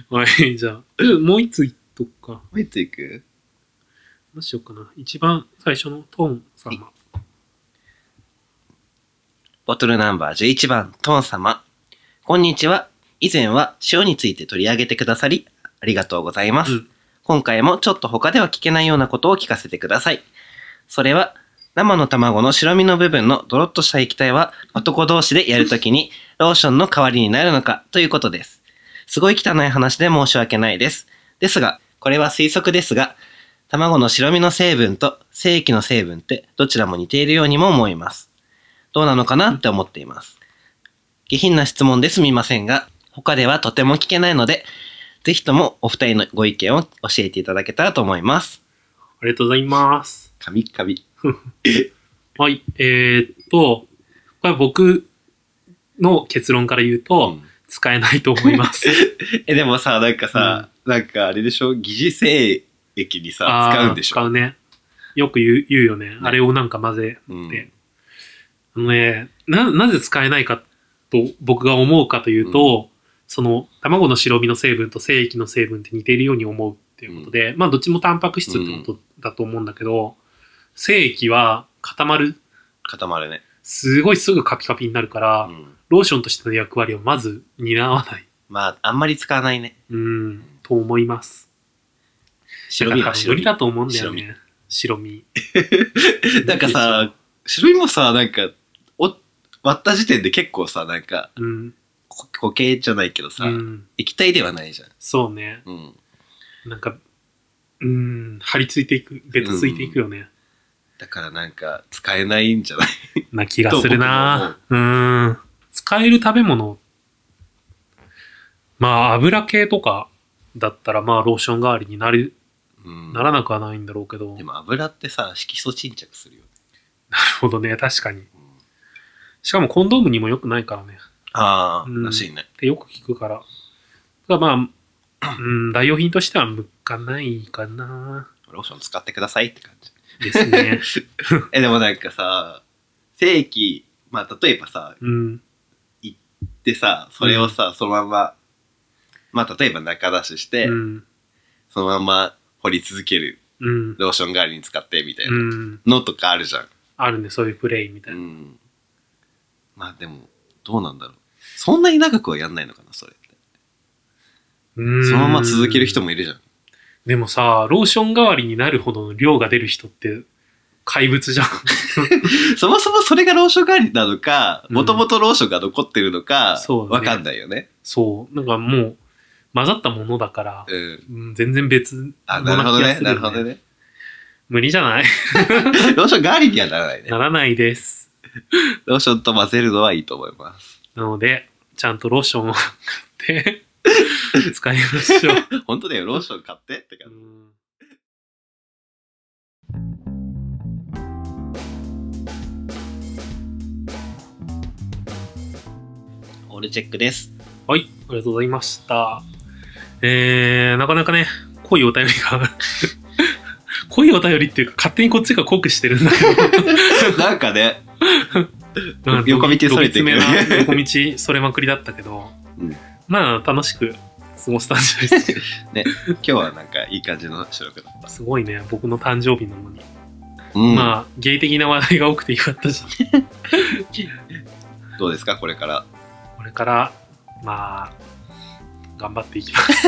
Speaker 1: うん
Speaker 2: はい、じゃあ。うんもう一ついっとくか。
Speaker 1: もう一ついく
Speaker 2: どうしようかな。一番最初のトーン様。
Speaker 1: ボトルナンバー11番トーン様こんにちは以前は塩について取り上げてくださりありがとうございます、
Speaker 2: うん
Speaker 1: 今回もちょっと他では聞けないようなことを聞かせてくださいそれは生の卵の白身の部分のドロッとした液体は男同士でやるときにローションの代わりになるのかということですすごい汚い話で申し訳ないですですがこれは推測ですが卵の白身の成分と精液の成分ってどちらも似ているようにも思いますどうなのかなって思っています下品な質問ですみませんが他ではとても聞けないのでぜひともお二人のご意見を教えていただけたらと思います。
Speaker 2: ありがとうございます。
Speaker 1: カミカミ。
Speaker 2: はい、えーっと、これは僕の結論から言うと、使えないと思います。
Speaker 1: え、でもさ、なんかさ、なんかあれでしょ疑似精液にさ、
Speaker 2: あ
Speaker 1: <laughs>
Speaker 2: ー
Speaker 1: 使うんでし
Speaker 2: 使
Speaker 1: ょ
Speaker 2: うね。よく言う言うよね。あれをなんか混ぜ
Speaker 1: うん
Speaker 2: て。あのね、な、なぜ使えないかと僕が思うかというと、その、卵の白身の成分と精液の成分って似ているように思うっていうことで、まあどっちもタンパク質ってことだと思うんだけど、精液は固まる、
Speaker 1: 固まるね。
Speaker 2: すごいすぐカピカピになるから、
Speaker 1: うん
Speaker 2: ローションとしての役割をまず担わない。
Speaker 1: まあ、あんまり使わないね。
Speaker 2: うん、と思います。
Speaker 1: 白身
Speaker 2: だ
Speaker 1: は
Speaker 2: から
Speaker 1: 白
Speaker 2: 無理
Speaker 1: 身。
Speaker 2: だと思うんだよね。白身。
Speaker 1: <laughs> なんかさ、白身もさ、なんか、お割った時点で結構さ、なんか、
Speaker 2: うん。
Speaker 1: こ固形じゃないけどさ、
Speaker 2: うん。
Speaker 1: 液体ではないじゃん。
Speaker 2: そうね。
Speaker 1: うん。
Speaker 2: なんか、うん、張り付いていく、ベタついていくよね。
Speaker 1: だからなんか、使えないんじゃない
Speaker 2: な気がするなうん。使える食べ物。まあ、油系とかだったら、まあ、ローション代わりになる、
Speaker 1: うん
Speaker 2: ならなくはないんだろうけど。な
Speaker 1: で
Speaker 2: る
Speaker 1: も油ってさ、色素沈着するよ。
Speaker 2: ほどね、確かに。しかもコンドームにも良くないからね。
Speaker 1: ああ、
Speaker 2: うん
Speaker 1: らしいね。
Speaker 2: ってよく聞くから。ただまあ、うん、代用品としては向かないかな。
Speaker 1: ローション使ってくださいって感じ。
Speaker 2: です <laughs> ね。
Speaker 1: え、でもなんかさ、正規、まあ例えばさ、
Speaker 2: うん。
Speaker 1: でさ、それをさ、そのまま、まあ例えば中出しして、
Speaker 2: うん。
Speaker 1: そのまま掘り続ける、
Speaker 2: うん。
Speaker 1: ローション代わりに使ってみたいな
Speaker 2: うん。
Speaker 1: のとかあるじゃん。
Speaker 2: あるね、そういうプレイみたいうな。
Speaker 1: ん。まあでも、どうなんだろう。そんなに長くはやんないのかな、それって。
Speaker 2: うん
Speaker 1: そのまま続ける人もいるじゃん。
Speaker 2: でもさ、ローション代わりになるほどの量が出る人って怪物じゃん。 <laughs>
Speaker 1: そもそもそれがローション代わりなのか、
Speaker 2: うん
Speaker 1: もともとローションが残ってるのか、
Speaker 2: そうだ
Speaker 1: わ
Speaker 2: ね
Speaker 1: かんないよね。
Speaker 2: そう。なんかもう、混ざったものだから、
Speaker 1: うん。
Speaker 2: うん、全然別物
Speaker 1: あ、なるほど
Speaker 2: な気が
Speaker 1: ね。
Speaker 2: す
Speaker 1: な
Speaker 2: よ
Speaker 1: るほどね。
Speaker 2: 無理じゃない
Speaker 1: <laughs> ローション代わりにはならないね
Speaker 2: な。らないです。
Speaker 1: ローションと混ぜるのはいいと思います。
Speaker 2: なので、ちゃんとローションを買
Speaker 1: <laughs>
Speaker 2: って、使いましょう。
Speaker 1: 本当だよ、ローション買ってって感じ。オールチェックです。
Speaker 2: はい、ありがとうございました。えー、なかなかね、濃いお便りが。 <laughs> 濃いお便りっていうか、勝手にこっちが濃くしてるんだけ
Speaker 1: <laughs> なんかね、
Speaker 2: どなんか。
Speaker 1: 横道それて
Speaker 2: ど
Speaker 1: いく
Speaker 2: ぎ
Speaker 1: よ
Speaker 2: つ
Speaker 1: ね
Speaker 2: めな横道それまくりだったけど、
Speaker 1: うん
Speaker 2: まあ、楽しく過ごしたんじゃないですか。
Speaker 1: 今日はなんかいい感じの収録だった。
Speaker 2: すごいね、 <laughs> 僕の誕生日なのに。
Speaker 1: うん。
Speaker 2: まあ、芸的な話題が多くてよかった
Speaker 1: <laughs>
Speaker 2: し、
Speaker 1: どうですか、これから。
Speaker 2: これから、まあ、頑張っていきます。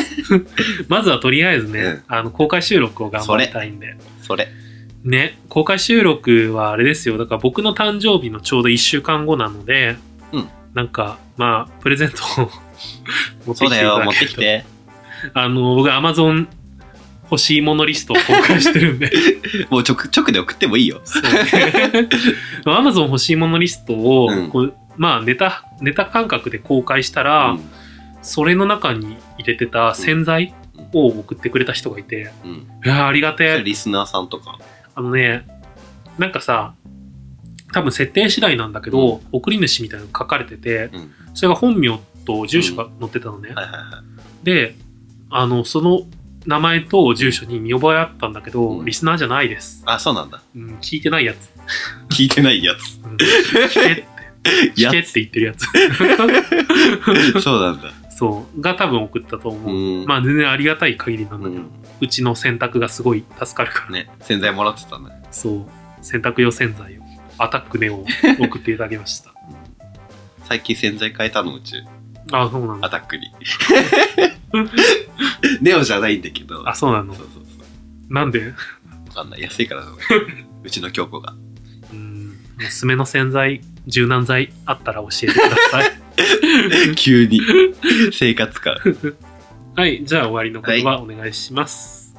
Speaker 2: <laughs> まずはとりあえずね、
Speaker 1: うん
Speaker 2: あの公開収録を頑張りたいんで。
Speaker 1: それ。
Speaker 2: ね、公開収録はあれですよ。だから僕の誕生日のちょうど1週間後なので、
Speaker 1: うん
Speaker 2: なんか、まあ、プレゼントを <laughs>
Speaker 1: そ
Speaker 2: 持ってき
Speaker 1: う
Speaker 2: て
Speaker 1: だ
Speaker 2: いた
Speaker 1: よ、
Speaker 2: だ
Speaker 1: 持っ
Speaker 2: け
Speaker 1: て
Speaker 2: る
Speaker 1: き
Speaker 2: と
Speaker 1: て。
Speaker 2: あの、僕、アマゾン欲しいものリストを公開してるんで。
Speaker 1: もう直直で送ってもいいよ。
Speaker 2: <laughs> アマゾン欲しいものリストを、
Speaker 1: うん
Speaker 2: こうまあ、ネタ、ネタ感覚で公開したら、
Speaker 1: うん
Speaker 2: それの中に入れてた洗剤を送ってくれた人がいて、
Speaker 1: うん、
Speaker 2: うわありが
Speaker 1: そ
Speaker 2: て
Speaker 1: れ
Speaker 2: え。
Speaker 1: リスナーさんとか。
Speaker 2: あのね、なんかさ、多分設定次第なんだけど、送り主みたいなの書かれてて、
Speaker 1: うん、
Speaker 2: それが本名と住所が載ってたのね。
Speaker 1: はいはいはい。
Speaker 2: で、あの、その名前と住所に見覚えあったんだけど、
Speaker 1: うん
Speaker 2: リスナーじゃないです。
Speaker 1: あ、そうなんだ。
Speaker 2: うん、聞いてないやつ。
Speaker 1: 聞いてないやつ。
Speaker 2: <laughs> うん、聞けって、聞けって言ってるやつ。
Speaker 1: <laughs> そうなんだ。
Speaker 2: そう、が多分送ったと思う。
Speaker 1: うん
Speaker 2: まあ全然ありがたい限りなんだ
Speaker 1: う、
Speaker 2: けど、うんちの洗濯がすごい助かるから、
Speaker 1: ね、洗剤もらってたね。
Speaker 2: そう、洗濯用洗剤を、アタックネオを送っていただきま <laughs> した。
Speaker 1: 最近洗剤変えたのうち、
Speaker 2: あ、そうなん
Speaker 1: ア
Speaker 2: だ。
Speaker 1: タッ <laughs> クに。ネオじゃないんだけど。
Speaker 2: あ、そうな
Speaker 1: そ
Speaker 2: の
Speaker 1: う。そうそう。
Speaker 2: なんで
Speaker 1: わかんない。安いからだろううちの京子が。 <laughs>
Speaker 2: うん、おすすめの洗剤、柔軟剤あったら教えてください。 <laughs>
Speaker 1: 急に。生活感。
Speaker 2: はい、じゃあ終わりの言葉お願いします。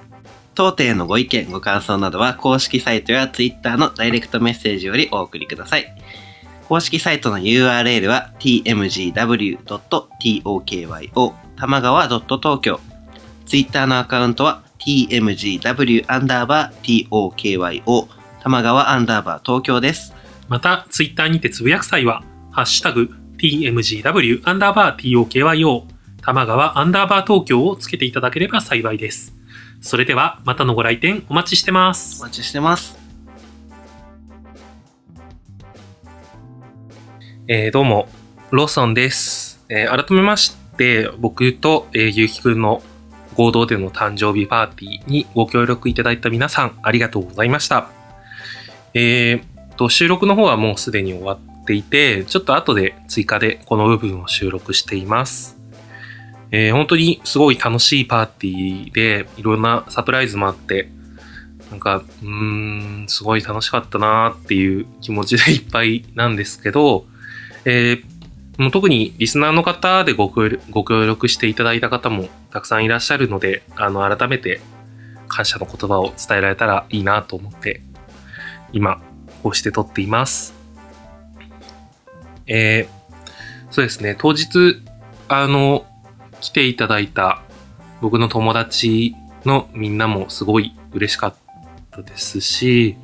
Speaker 1: 当店のご意見、ご感想などは公式サイトや Twitter のダイレクトメッセージよりお送りください。公式サイトの URL は tmgw.tokyo 玉川 .tokyo Twitter のアカウントは tmgw.tokyo 玉川.東京です。
Speaker 2: また、ツイッターにてつぶやく際は、ハッシュタグ、tmgw アンダーバー tokyo、玉川アンダーバー東京をつけていただければ幸いです。それでは、またのご来店お待ちしてます
Speaker 1: お。待ちしてます。
Speaker 2: えーどうも、ローソンです。えー改めまして、僕と、えーゆうきくんの合同での誕生日パーティーにご協力いただいた皆さん、ありがとうございました。えーと、収録の方はもうすでに終わっていて、ちょっと後で追加でこの部分を収録しています。えー本当にすごい楽しいパーティーで、いろんなサプライズもあって、なんか、うーん、すごい楽しかったなーっていう気持ちでいっぱいなんですけど、えーもう特にリスナーの方でご協力ご協力していただいた方もたくさんいらっしゃるので、あの、改めて感謝の言葉を伝えられたらいいなと思って、今、こうして撮っています。えーそうですね、当日、あの、来ていただいた僕の友達のみんなもすごい嬉しかったですし、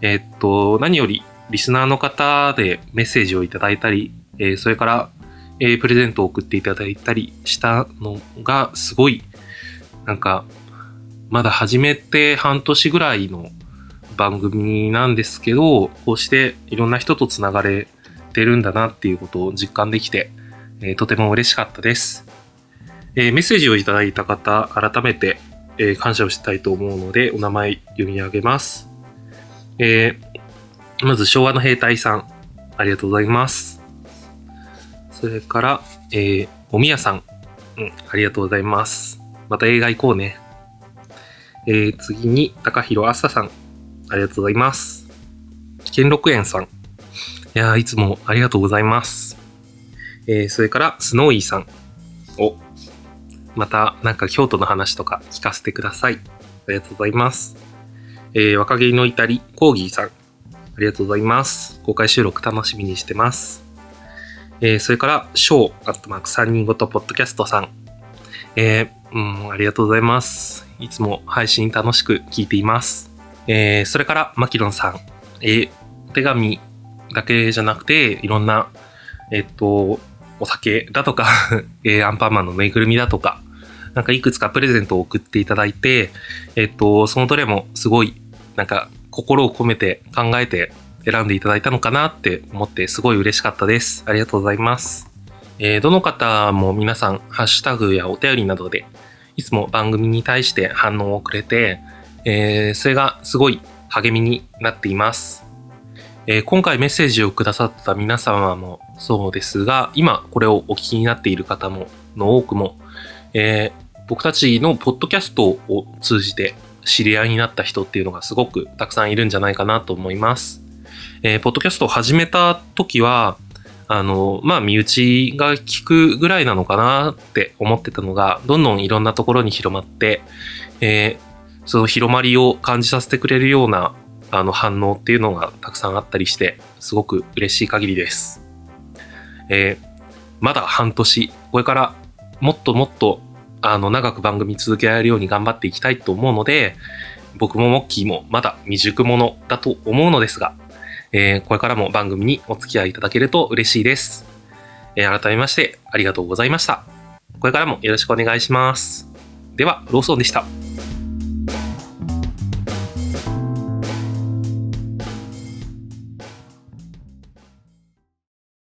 Speaker 2: えーっと、何よりリスナーの方でメッセージをいただいたり、えーそれから、えープレゼントを送っていただいたりしたのがすごい、なんか、まだ始めて半年ぐらいの番組なんですけど、こうしていろんな人とつながれてるんだなっていうことを実感できて、えーとても嬉しかったです。えーメッセージをいただいた方、改めて、えー感謝をしたいと思うので、お名前読み上げます。えーまず昭和の兵隊さん、ありがとうございます。それから、えー、おみやさん、うん、ありがとうございます。また映画行こうね。えー、次に、高弘あささん、ありがとうございます。兼六園さん、いやーいつもありがとうございます。えー、それから、スノーイーさん、お、またなんか京都の話とか聞かせてください。ありがとうございます。えー、若気の至り、コーギーさん、ありがとうございます。公開収録楽しみにしてます。えーそれから、ショー、アットマーク3人ごとポッドキャストさん。えーうん、ありがとうございます。いつも配信楽しく聞いています。えーそれから、マキロンさん。えーお手紙だけじゃなくて、いろんな、えっと、お酒だとか、 <laughs> えーアンパンマンのぬいぐるみだとか、なんかいくつかプレゼントを送っていただいて、えっと、そのどれもすごいなんか心を込めて考えて選んでいただいたのかなって思ってすごい嬉しかったです。ありがとうございます。えーどの方も皆さん、ハッシュタグやお便りなどで、いつも番組に対して反応をくれて、えーそれがすごい励みになっています。えー今回メッセージをくださった皆様もそうですが、今これをお聞きになっている方も、の多くも、えー僕たちのポッドキャストを通じて知り合いになった人っていうのがすごくたくさんいるんじゃないかなと思います。えーポッドキャストを始めた時は、あの、まあ、身内が効くぐらいなのかなって思ってたのが、どんどんいろんなところに広まって、えーその広まりを感じさせてくれるような、あの、反応っていうのがたくさんあったりして、すごく嬉しい限りです。えーまだ半年、これからもっともっと、あの、長く番組続けられるように頑張っていきたいと思うので、僕もモッキーもまだ未熟者だと思うのですが、えーこれからも番組にお付き合いいただけると嬉しいです。えー改めましてありがとうございました。これからもよろしくお願いします。では、ローソンでした。